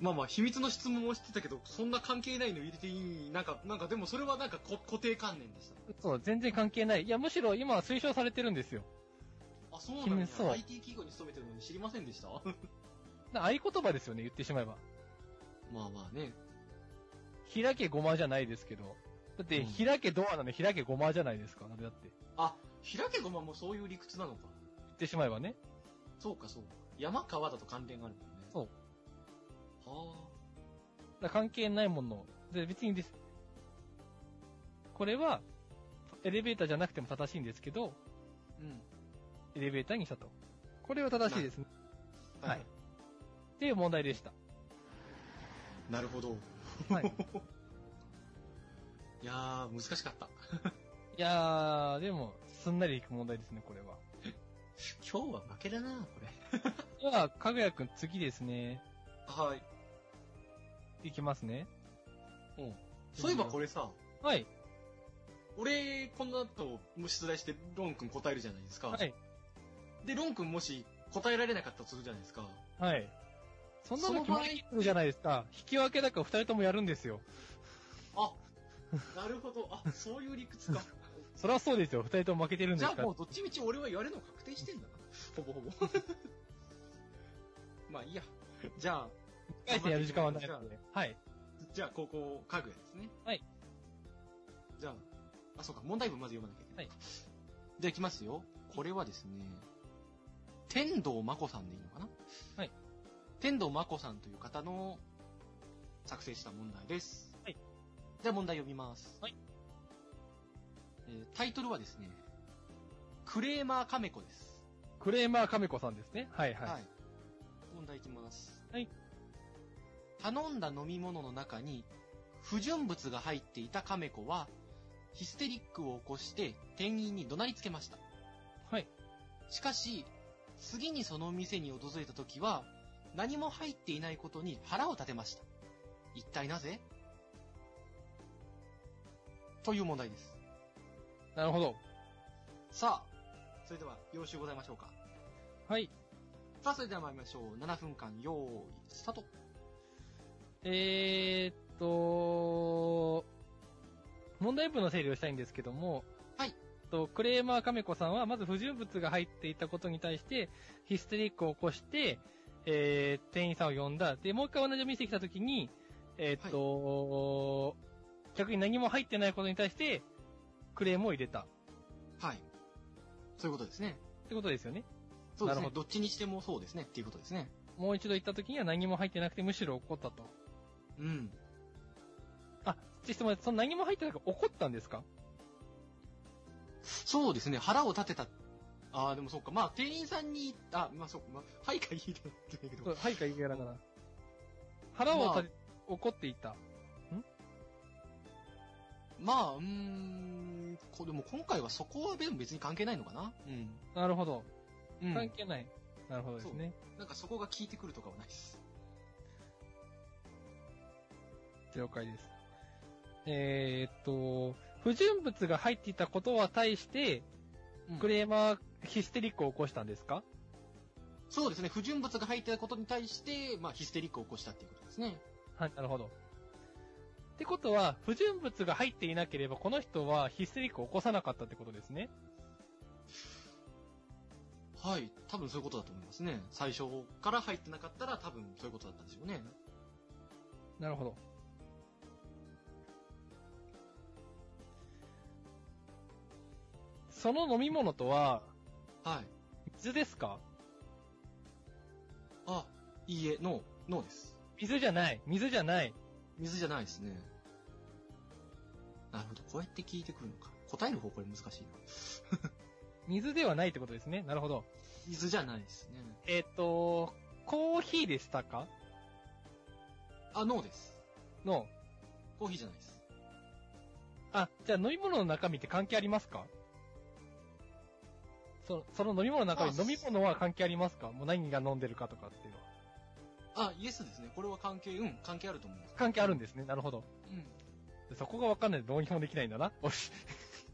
Speaker 1: まあまあ、秘密の質問をしてたけど、そんな関係ないの入れていいなんか、なんかでもそれはなんかこ固定観念でした。
Speaker 2: そう、全然関係ない。いや、むしろ今は推奨されてるんですよ。
Speaker 1: あ、そうなん
Speaker 2: 君そう
Speaker 1: だ。IT 企業に勤めてるのに知りませんでしたま
Speaker 2: な合言葉ですよね、言ってしまえば。
Speaker 1: あまあね。
Speaker 2: 開けごまじゃないですけど。だって、
Speaker 1: うん
Speaker 2: 開けドアなのに開けごまじゃないですか、あれだって。
Speaker 1: あ、開けごまもそういう理屈なのか。
Speaker 2: 言ってしまえばね。
Speaker 1: そうかそうか。山川だと関連があるもんね。
Speaker 2: そう。
Speaker 1: は
Speaker 2: だから関係ないもの。で、別にです。これは、エレベーターじゃなくても正しいんですけど、
Speaker 1: あ。うん。
Speaker 2: エレベーターにしたと。これは正しいですね。はい。っていう問題でした。
Speaker 1: なるほど。
Speaker 2: はい。
Speaker 1: [laughs] いやー、難しかった。
Speaker 2: いやー、でも、すんなりいく問題ですね、これは。
Speaker 1: 今日は負けだなこれ。
Speaker 2: では、かぐやくん、次ですね。
Speaker 1: はい。
Speaker 2: いきますね。
Speaker 1: うん。そういえばこれさ、
Speaker 2: はい。
Speaker 1: 俺、この後、も出題して、ロン君答えるじゃないですか。
Speaker 2: はい。
Speaker 1: で、ロン君もし、答えられなかったとするじゃないですか。
Speaker 2: はい。そんな
Speaker 1: そ
Speaker 2: の
Speaker 1: の
Speaker 2: 決
Speaker 1: 場合
Speaker 2: まりじゃないですか。引き分けだから二人ともやるんですよ。
Speaker 1: なるほど。あ、そういう理屈か。
Speaker 2: そりゃそうですよ。二人とも負けてるん
Speaker 1: [laughs]
Speaker 2: で
Speaker 1: じ
Speaker 2: す
Speaker 1: ゃ
Speaker 2: か
Speaker 1: あ
Speaker 2: ら
Speaker 1: も。うどっちみち俺はやるの確定してんだな。ほぼほ [laughs] ぼ。まあいいや。じゃあ、
Speaker 2: 一回戦やる時間はないので。はい。
Speaker 1: じゃあ、高校家具屋ですね。
Speaker 2: はい。
Speaker 1: じゃあ、あ、そうか、問題文まず読まなきゃいけない。
Speaker 2: は
Speaker 1: じゃあ、いきますよ。これはですね、天童真子さんでいいのかな
Speaker 2: はい。
Speaker 1: 天童真子さんという方の作成した問題です。
Speaker 2: はい。
Speaker 1: じゃあ、問題読みます。
Speaker 2: はい。
Speaker 1: えータイトルはですね、クレーマーカメコです。
Speaker 2: クレーマーカメコさんですね。はいはい。
Speaker 1: はい。問題いきます。
Speaker 2: はい。
Speaker 1: 頼んだ飲み物の中に、不純物が入っていた亀子は、ヒステリックを起こして店員に怒鳴りつけました。
Speaker 2: はい。
Speaker 1: しかし、次にその店に訪れた時は、何も入っていないことに腹を立てました。一体なぜという問題です。
Speaker 2: なるほど。
Speaker 1: さあ、それでは、よろしゅうございましょうか。
Speaker 2: はい。
Speaker 1: さあ、それでは参りましょう。7分間、用意、スタート。
Speaker 2: えーっと、問題文の整理をしたいんですけども、
Speaker 1: はい。
Speaker 2: とクレーマーカメコさんは、まず不純物が入っていたことに対して、ヒステリックを起こして、えー、店員さんを呼んだ。で、もう一回同じ店に来たときに、えーっと、逆に何も入ってないことに対して、クレームを入れた。っ
Speaker 1: はい。そういうことですね。
Speaker 2: てことですよね。
Speaker 1: そうです
Speaker 2: なる
Speaker 1: ね。
Speaker 2: ほ
Speaker 1: どっちにしてもそうですね。っていうことですね。
Speaker 2: もう一度行ったときには何も入ってなくて、むしろ怒ったと。
Speaker 1: うん。
Speaker 2: あ、ちょっと待って、その何も入ってなくて怒ったんですか
Speaker 1: そうですね。腹を立てた。ああ、でもそうか。まあ、店員さんに、あ、まあそうか。まあ、はいかいいでも言ってないけ
Speaker 2: そう
Speaker 1: ど。
Speaker 2: はいかいけながら。腹を立て、怒っていた。
Speaker 1: まあ、うーん。こでも今回はそこは別に関係ないのかな。う
Speaker 2: なるほど。
Speaker 1: ん。うん。
Speaker 2: 関係ない。なるほどですね。
Speaker 1: なんかそこが効いてくるとかはないです。
Speaker 2: 了解です。えーっと、不純物が入っていたことは対して、
Speaker 1: うん
Speaker 2: クレーマーヒステリックを起こしたんですか、
Speaker 1: そうですね。不純物が入ってたことに対して、まあ、ヒステリックを起こしたっていうことですね。
Speaker 2: はい、なるほど。ってことは、不純物が入っていなければ、この人はヒステリックを起こさなかったってことですね。
Speaker 1: はい。多分そういうことだと思いますね。最初から入ってなかったら多分そういうことだったんでしょうね。
Speaker 2: なるほど。その飲み物とは、
Speaker 1: はい。
Speaker 2: 水ですか
Speaker 1: あ、いいえ、ノー、ノーです。
Speaker 2: 水じゃない。水じゃない。
Speaker 1: 水じゃないですね。なるほど、こうやって聞いてくるのか。答える方これ難しいな。
Speaker 2: 水ではないってことですね。なるほど。
Speaker 1: 水じゃないですね。
Speaker 2: えっ、と、コーヒーでしたか
Speaker 1: あ、ノーです。
Speaker 2: の。
Speaker 1: コーヒーじゃないです。
Speaker 2: あ、じゃあ飲み物の中身って関係ありますかそその飲み物の中身、
Speaker 1: あ
Speaker 2: 飲み物は関係ありますかもう何が飲んでるかとかっていうのは。
Speaker 1: あ、イエスですね。これは関係、うん、関係あると思います。
Speaker 2: 関係あるんですね。なるほど。
Speaker 1: うん。
Speaker 2: そこがわかんないとどうにもできないんだな。おし。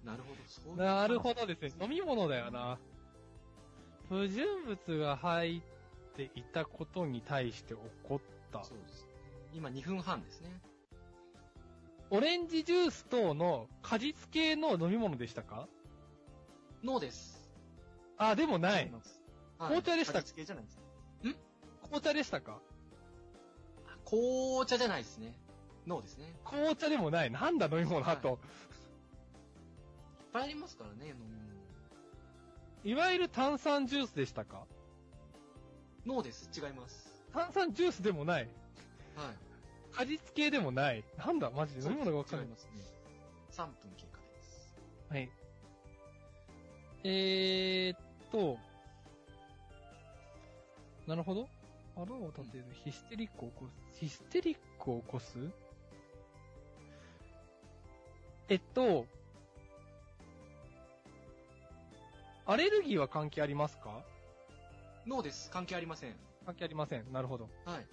Speaker 1: なるほど、そういう
Speaker 2: なるほどですね。飲み物だよな。不純物が入っていたことに対して怒った
Speaker 1: そうです。今2分半ですね。
Speaker 2: オレンジジュース等の果実系の飲み物でしたか
Speaker 1: ノーです。
Speaker 2: あ、でもな
Speaker 1: 違
Speaker 2: い。
Speaker 1: ます。はい
Speaker 2: 紅茶でした
Speaker 1: 果実系じゃないです。
Speaker 2: 紅茶でしたか
Speaker 1: あ紅茶じゃないですね。ノーですね。いっ
Speaker 2: 紅茶でもない。なんだ飲み物あと。
Speaker 1: ぱいありますからね、飲み物。
Speaker 2: いわゆる炭酸ジュースでしたか
Speaker 1: ノーです。違います。
Speaker 2: 炭酸ジュースでもない。
Speaker 1: はい。
Speaker 2: 果実系でもない。なんだマジで飲み物がわかん
Speaker 1: 違
Speaker 2: ない
Speaker 1: い。ますね。3分経過です。
Speaker 2: はい。えーっと、なるほど。腹を立てる、ヒステリックを起こす、ヒステリックを起こすえっと、アレルギーは関係ありますか
Speaker 1: ノーです。関係ありません。
Speaker 2: 関係ありません。なるほど。
Speaker 1: はい。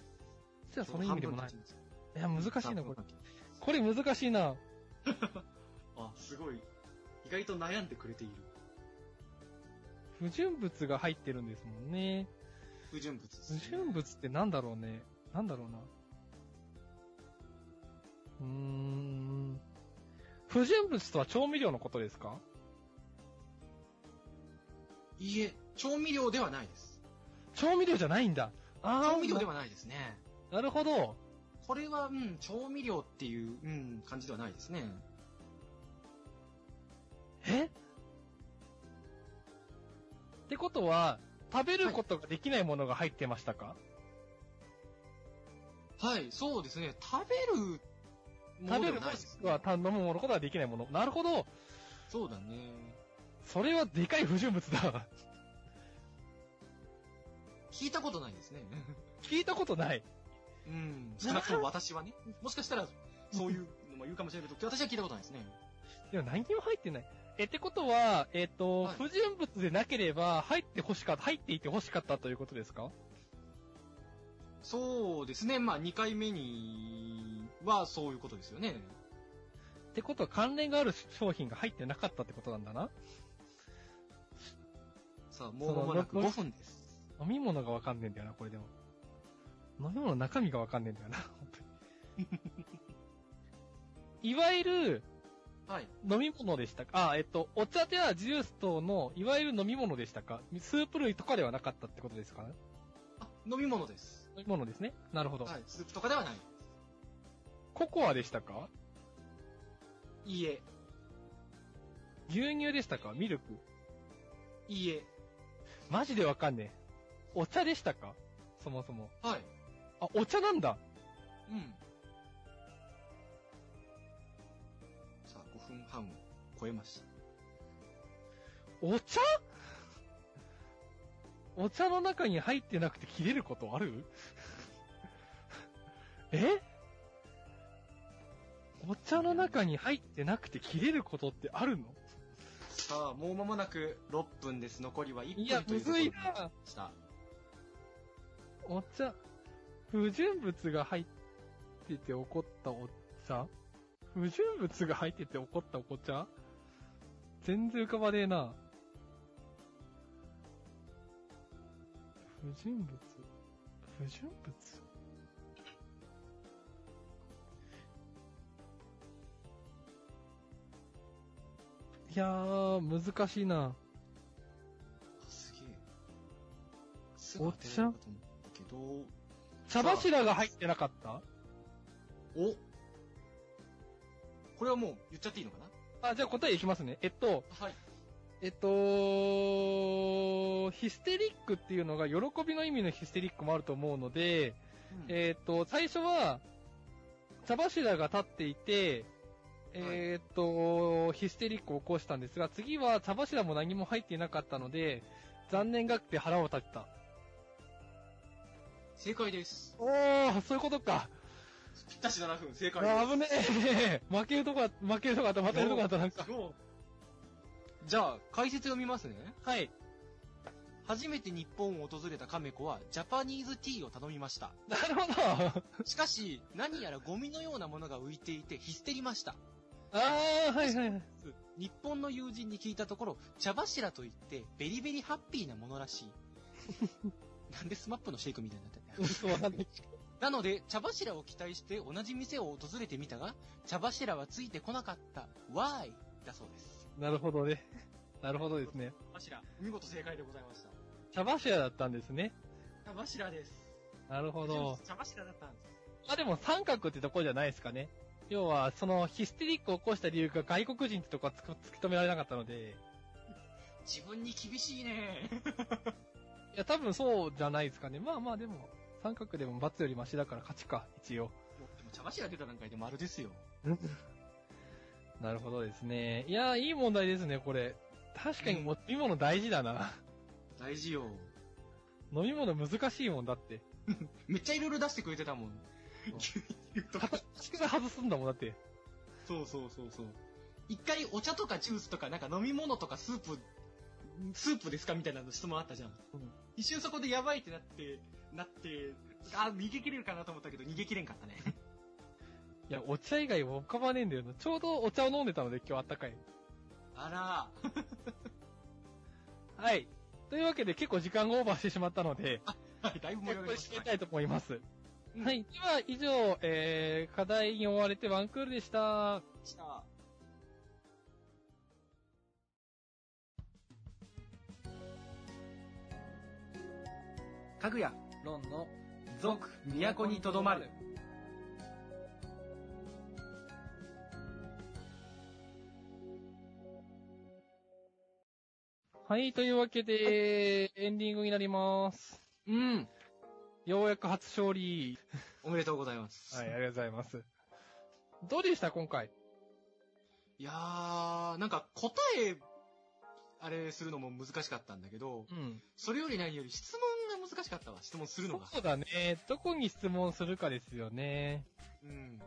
Speaker 2: じゃあその意味でもない。
Speaker 1: ちょうど
Speaker 2: いや、難しい
Speaker 1: 半
Speaker 2: な、
Speaker 1: 分経
Speaker 2: これ
Speaker 1: ちま。した。
Speaker 2: これ難しいな。
Speaker 1: あ、すごい。意外と悩んでくれている。
Speaker 2: 不純物が入ってるんですもんね。
Speaker 1: 不純物です、
Speaker 2: 不
Speaker 1: ね。
Speaker 2: 純物ってなんだろうね。なんだろうな。うーん。不純物とは調味料のことですか
Speaker 1: いいえ、調味料ではないです。
Speaker 2: 調味料じゃないんだ。あー
Speaker 1: 調味料ではないですね。
Speaker 2: なるほど。
Speaker 1: これは、うん、調味料っていう、うん、感じではないですね。
Speaker 2: えってことは、食べることができないものが入ってましたか、
Speaker 1: はい、そうですね。食べるも
Speaker 2: 食
Speaker 1: の
Speaker 2: べ
Speaker 1: では
Speaker 2: るも
Speaker 1: ないで
Speaker 2: し
Speaker 1: す、
Speaker 2: くは頼むものことはできないもの。なるほど。
Speaker 1: そうだね。
Speaker 2: それはでかい不純物だ。
Speaker 1: 聞いたことないですね。 [laughs]
Speaker 2: 聞いたことない。
Speaker 1: うん。少なくとも私はね。もしかしたら、そういうのも言うかもしれないけど、私は聞いたことないですね。
Speaker 2: でも何にも入ってない。え、ってことは、えっ、と、
Speaker 1: はい
Speaker 2: 不純物でなければ、入って欲しかった、入っていて欲しかったということですか
Speaker 1: そうですね。まあ、2回目にはそういうことですよね。
Speaker 2: ってことは関連がある商品が入ってなかったってことなんだな。
Speaker 1: さあ、もう間もなく
Speaker 2: その
Speaker 1: 5分です。
Speaker 2: 飲み物がわかんねえんだよな、これでも。飲み物の中身がわかんねえんだよな、本当に。いわゆる、
Speaker 1: はい。
Speaker 2: 飲み物でしたかあ、えっと、お茶ではジュース等の、いわゆる飲み物でしたかスープ類とかではなかったってことですかね
Speaker 1: あ、飲み物です。
Speaker 2: 飲み物ですね。なるほど。
Speaker 1: はい。スープとかではない。
Speaker 2: ココアでしたか
Speaker 1: いいえ、
Speaker 2: 牛乳でしたかミルク
Speaker 1: いいえ。
Speaker 2: マジでわかんねえ。お茶でしたかそもそも。
Speaker 1: はい。
Speaker 2: あ、お茶なんだ。
Speaker 1: うん。さあ、5分半を超えました。
Speaker 2: お茶お茶の中に入ってなくて切れることあるえお茶の中に入ってなくて切れることってあるの
Speaker 1: さあ、もう間もなく6分です。残りは1分
Speaker 2: いや、
Speaker 1: とい
Speaker 2: む
Speaker 1: うとこ
Speaker 2: ず
Speaker 1: ろ
Speaker 2: い
Speaker 1: になり
Speaker 2: な。
Speaker 1: ました。
Speaker 2: お茶。不純物が入ってて怒ったお茶不純物が入ってて怒ったお茶全然浮かばねえな。不純物不純物いやー、難しいな。
Speaker 1: あすげえ。すぐ当てられるかと思ったけど、
Speaker 2: 茶柱が入ってなかった
Speaker 1: おこれはもう言っちゃっていいのか
Speaker 2: あ、じゃあ答えいきますね。えっと、
Speaker 1: なはい。
Speaker 2: えっと、ヒステリックっていうのが、喜びの意味のヒステリックもあると思うので、
Speaker 1: うん
Speaker 2: えっと、最初は、茶柱が立っていて、えっと、ヒステリックを起こしたんですが、次は茶柱も何も入っていなかったので、残念がって腹を立てた。
Speaker 1: 正解です。
Speaker 2: おー、そういうことか。
Speaker 1: ぴったし7分、正解です。
Speaker 2: あ危ねえ。 [laughs] 負けるとこだ、負けるとこだった、負けるとこだった、なんか。
Speaker 1: そうじゃあ、解説読みますね。
Speaker 2: はい。
Speaker 1: 初めて日本を訪れたカメ子は、ジャパニーズティーを頼みま [laughs] した。
Speaker 2: [laughs] なるほど。
Speaker 1: しかし、何やらゴミのようなものが浮いていて、ヒステりました。
Speaker 2: あー、はいはいはい。
Speaker 1: 日本の友 [laughs] 人に聞いたところ、茶柱といって、ベリベリハッピーなものらしい。なんでスマップのシェイクみたいになったんだよ
Speaker 2: そうなんだ
Speaker 1: なので、茶柱を期待して同じ店を訪れてみたが、茶柱はついてこなかった。Why? だそうです。
Speaker 2: なるほどね。なるほどですね。
Speaker 1: 茶柱、見事正解でございました。
Speaker 2: 茶柱だったんですね。
Speaker 1: 茶柱です。
Speaker 2: なるほど。
Speaker 1: 茶柱だったんです。
Speaker 2: まあでも三角ってとこじゃないですかね。要は、そのヒステリックを起こした理由が外国人ってとこはつく突き止められなかったので、
Speaker 1: 自分に厳しいね。
Speaker 2: いや多分そうじゃないですかね。まあまあでも、三角でも罰よりマシだから勝ちか、一応。
Speaker 1: で [laughs] も茶柱出た段階で丸ですよ。
Speaker 2: なるほどですね。いやー、いい問題ですね、これ。確かにもう飲み物大事だな。
Speaker 1: 大事よ。
Speaker 2: 飲み物難しいもんだって。
Speaker 1: めっちゃいろいろ出してくれてた [laughs] もん。 [laughs]
Speaker 2: 片足から外すんだもん、だって。
Speaker 1: そうそうそうそう。一回お茶とかジュースとかなんか飲み物とかスープ、スープですかみたいなの質問あったじゃん。
Speaker 2: うん
Speaker 1: 一瞬そこでやばいってなって、なって、あ、逃げ切れるかなと思ったけど逃げ切れんかったね。
Speaker 2: いや、お茶以外浮かばねえんだよな。ちょうどお茶を飲んでたので、今日あったかい。
Speaker 1: [laughs] あら、
Speaker 2: はい。というわけで結構時間がオーバーしてしまったので、
Speaker 1: はい、 [laughs] だいぶ盛り上
Speaker 2: こ
Speaker 1: が
Speaker 2: れ
Speaker 1: りまし
Speaker 2: 締め
Speaker 1: た。
Speaker 2: たいと思います。
Speaker 1: うん
Speaker 2: はい。では、以上、えー、課題に追われてワンクールでした。
Speaker 3: かぐや、ロンの、俗、都にとどまる。
Speaker 2: はい、というわけで、エンディングになります。
Speaker 1: うん。
Speaker 2: ようやく初勝利。
Speaker 1: おめでとうございます。
Speaker 2: はい、ありがとうございます。どうでした、今回。
Speaker 1: いやー、なんか答え、あれするのも難しかったんだけど、
Speaker 2: うん。
Speaker 1: それより何より質問が難しかったわ、質問するのが。
Speaker 2: そうだね。どこに質問するかですよね。
Speaker 1: うん。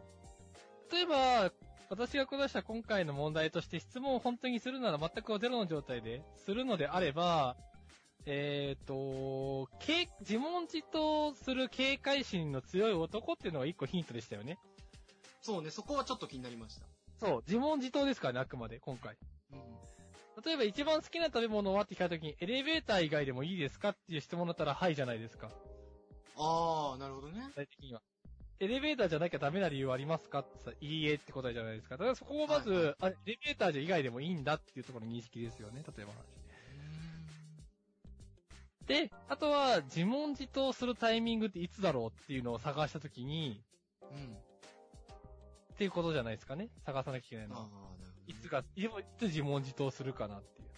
Speaker 2: 例えば、私が出した今回の問題として質問を本当にするなら全くゼロの状態でするのであれば、えっ、と、け自問自答する警戒心の強い男っていうのが一個ヒントでしたよね。
Speaker 1: そうね、そこはちょっと気になりました。
Speaker 2: そう、自問自答ですからね、あくまで、今回。
Speaker 1: うん。
Speaker 2: 例えば一番好きな食べ物はって聞いた時に、エレベーター以外でもいいですかっていう質問だったら、はいじゃないですか。
Speaker 1: あー、なるほどね。
Speaker 2: 具体的には。エレベーターじゃなきゃダメな理由はありますかってさ、いいえって答えじゃないですか。だからそこをまず、
Speaker 1: はいは
Speaker 2: あエレベーターじゃ以外でもいいんだっていうところの認識ですよね。例えばの話。で、あとは、自問自答するタイミングっていつだろうっていうのを探したときに、
Speaker 1: うん。
Speaker 2: っていうことじゃないですかね。探さなきゃいけない
Speaker 1: あー、な
Speaker 2: の
Speaker 1: る
Speaker 2: は。
Speaker 1: ほどね。
Speaker 2: いつが、いつ自問自答するかなっていう。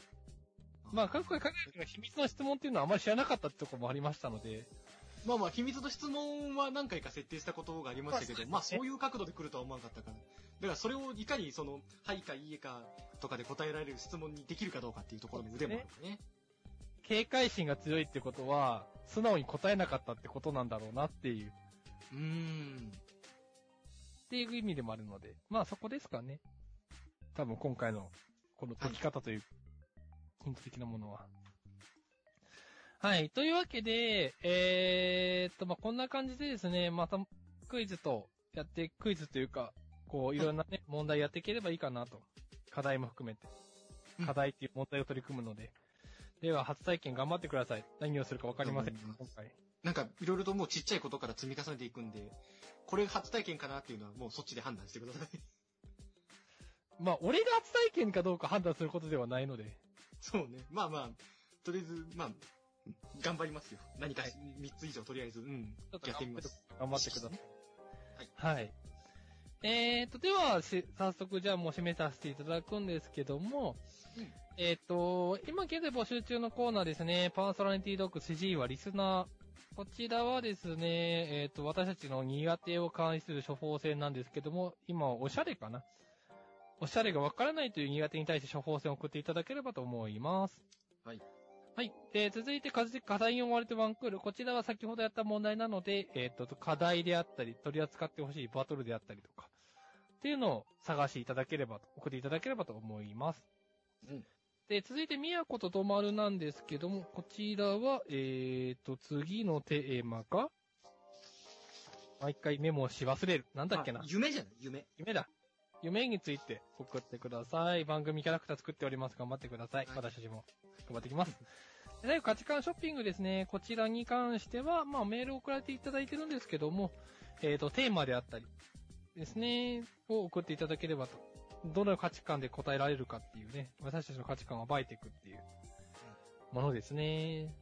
Speaker 2: まあ、各回考えての秘密の質問っていうのはあまり知らなかったってところもありましたので、
Speaker 1: まあまあ、秘密と質問は何回か設定したことがありましたけど、まあそういう角度で来るとは思わなかったから。だからそれをいかにその、はいかいいえかとかで答えられる質問にできるかどうかっていうところの腕もあるからね。
Speaker 2: 警戒心が強いってことは、素直に答えなかったってことなんだろうなっていう、
Speaker 1: うーん。
Speaker 2: っていう意味でもあるので、まあそこですかね。多分今回の、この解き方という、ヒント的なものは。はい。というわけで、えーっと、まあこんな感じでですね、またクイズと、やって、クイズというか、こう、いろんなね、問題やっていければいいかなと。課題も含めて
Speaker 1: う。ん
Speaker 2: 課題っていう問題を取り組むので。では、初体験頑張ってください。何をするかわかりません。
Speaker 1: 頑張りま
Speaker 2: 今回。
Speaker 1: なんか、いろいろともうちっちゃいことから積み重ねていくんで、これが初体験かなっていうのはもうそっちで判断してくだ [laughs] さい。
Speaker 2: まあ、俺が初体験かどうか判断することではないので。
Speaker 1: そうね。まあまあ、とりあえず、まあ、頑張りますよ。何か
Speaker 2: はい
Speaker 1: 3つ以上とりあえず、うん。
Speaker 2: ちょっと
Speaker 1: やってみます。
Speaker 2: 頑張ってください。はい。えーと、では、し早速、じゃあもう締めさせていただくんですけども、
Speaker 1: うん
Speaker 2: えーと、今現在募集中のコーナーですね、パーソナリティドッグ CG はリスナー。こちらはですね、えーと、私たちの苦手を関する処方箋なんですけども、今はおしゃれかなおしゃれがわからないという苦手に対して処方箋を送っていただければと思います。
Speaker 1: はい。
Speaker 2: はい。で、続いて課題課題に追われてワンクール。こちらは先ほどやった問題なので、えっ、と、課題であったり、取り扱ってほしいバトルであったりとか、っていうのを探していただければと、送っていただければと思います。
Speaker 1: うん。
Speaker 2: で、続いて、宮古ととまるなんですけども、こちらは、えっ、と、次のテーマが、毎回メモをし忘れる。なんだっけな
Speaker 1: あ。夢じゃない夢。
Speaker 2: 夢だ。夢について送ってください。番組キャラクター作っております。頑張ってください。
Speaker 1: はい
Speaker 2: 私たちも頑張ってきます。 [laughs] 最後価値観ショッピングですね。こちらに関しては、まあメールを送られていただいてるんですけども、えっ、と、テーマであったりですね、を送っていただければと。どの価値観で答えられるかっていうね、私たちの価値観を暴いていくっていうものですね。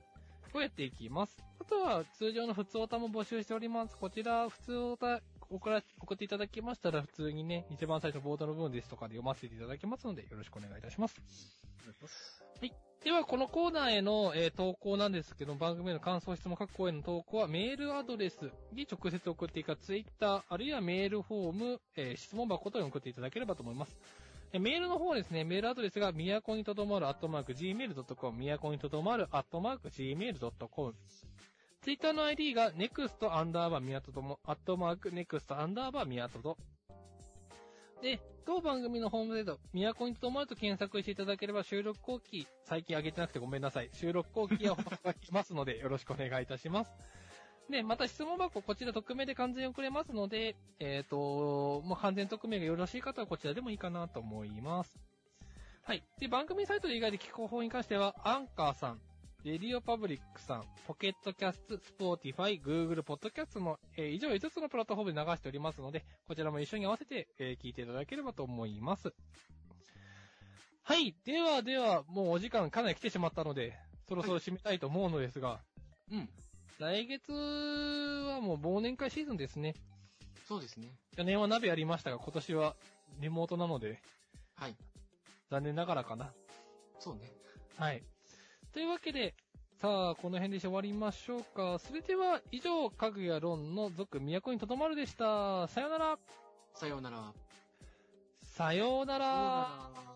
Speaker 2: こうやっていきます。あとは、通常の普通オタも募集しております。こちら、普通オタ、送ら、送っていただきましたら、普通にね、一番最初冒頭の部分ですとかで読ませていただきますので、よろしくお願いいたします。では、このコーナーへの、えー投稿なんですけど、番組への感想、質問、各項への投稿は、メールアドレスに直接送っていいか、ツイッター、あるいはメールフォーム、えー質問箱等に送っていただければと思います。えーメールの方はですね、メールアドレスが、都にとどまる、アットマーク、gmail.com、都にとどまる、アットマーク、gmail.com。ツイッターの ID が、next アンダーバー、宮ととも、アットマーク、next アンダーバー、宮とと。で、当番組のホームページと、都にとどまると検索していただければ収録後期、最近上げてなくてごめんなさい。収録後期はお届けしますので、 [laughs] よろしくお願いいたします。で、また質問箱、こちら匿名で完全に送れますので、えっ、と、もう完全匿名がよろしい方はこちらでもいいかなと思います。はい。で、番組サイト以外で聞く方法に関しては、アンカーさん、レディオパブリックさん、ポケットキャスト、スポーティファイ、グーグルポッドキャストの、えー以上5つのプラットフォームで流しておりますので、こちらも一緒に合わせて、えー聞いていただければと思います。はい。ではでは、もうお時間かなり来てしまったので、そろそろ締めたいと思うのですが、
Speaker 1: うん。
Speaker 2: 来月はもう忘年会シーズンですね。
Speaker 1: そうですね。
Speaker 2: 去年は鍋やりましたが、今年はリモートなので、
Speaker 1: はい。
Speaker 2: 残念ながらかな。
Speaker 1: そうね。
Speaker 2: はい。というわけで、さあ、この辺で終わりましょうか。それでは、以上、かぐやロンの族、都にとどまるでした。さよなら。
Speaker 1: さようなら。
Speaker 2: さようなら。
Speaker 1: さようなら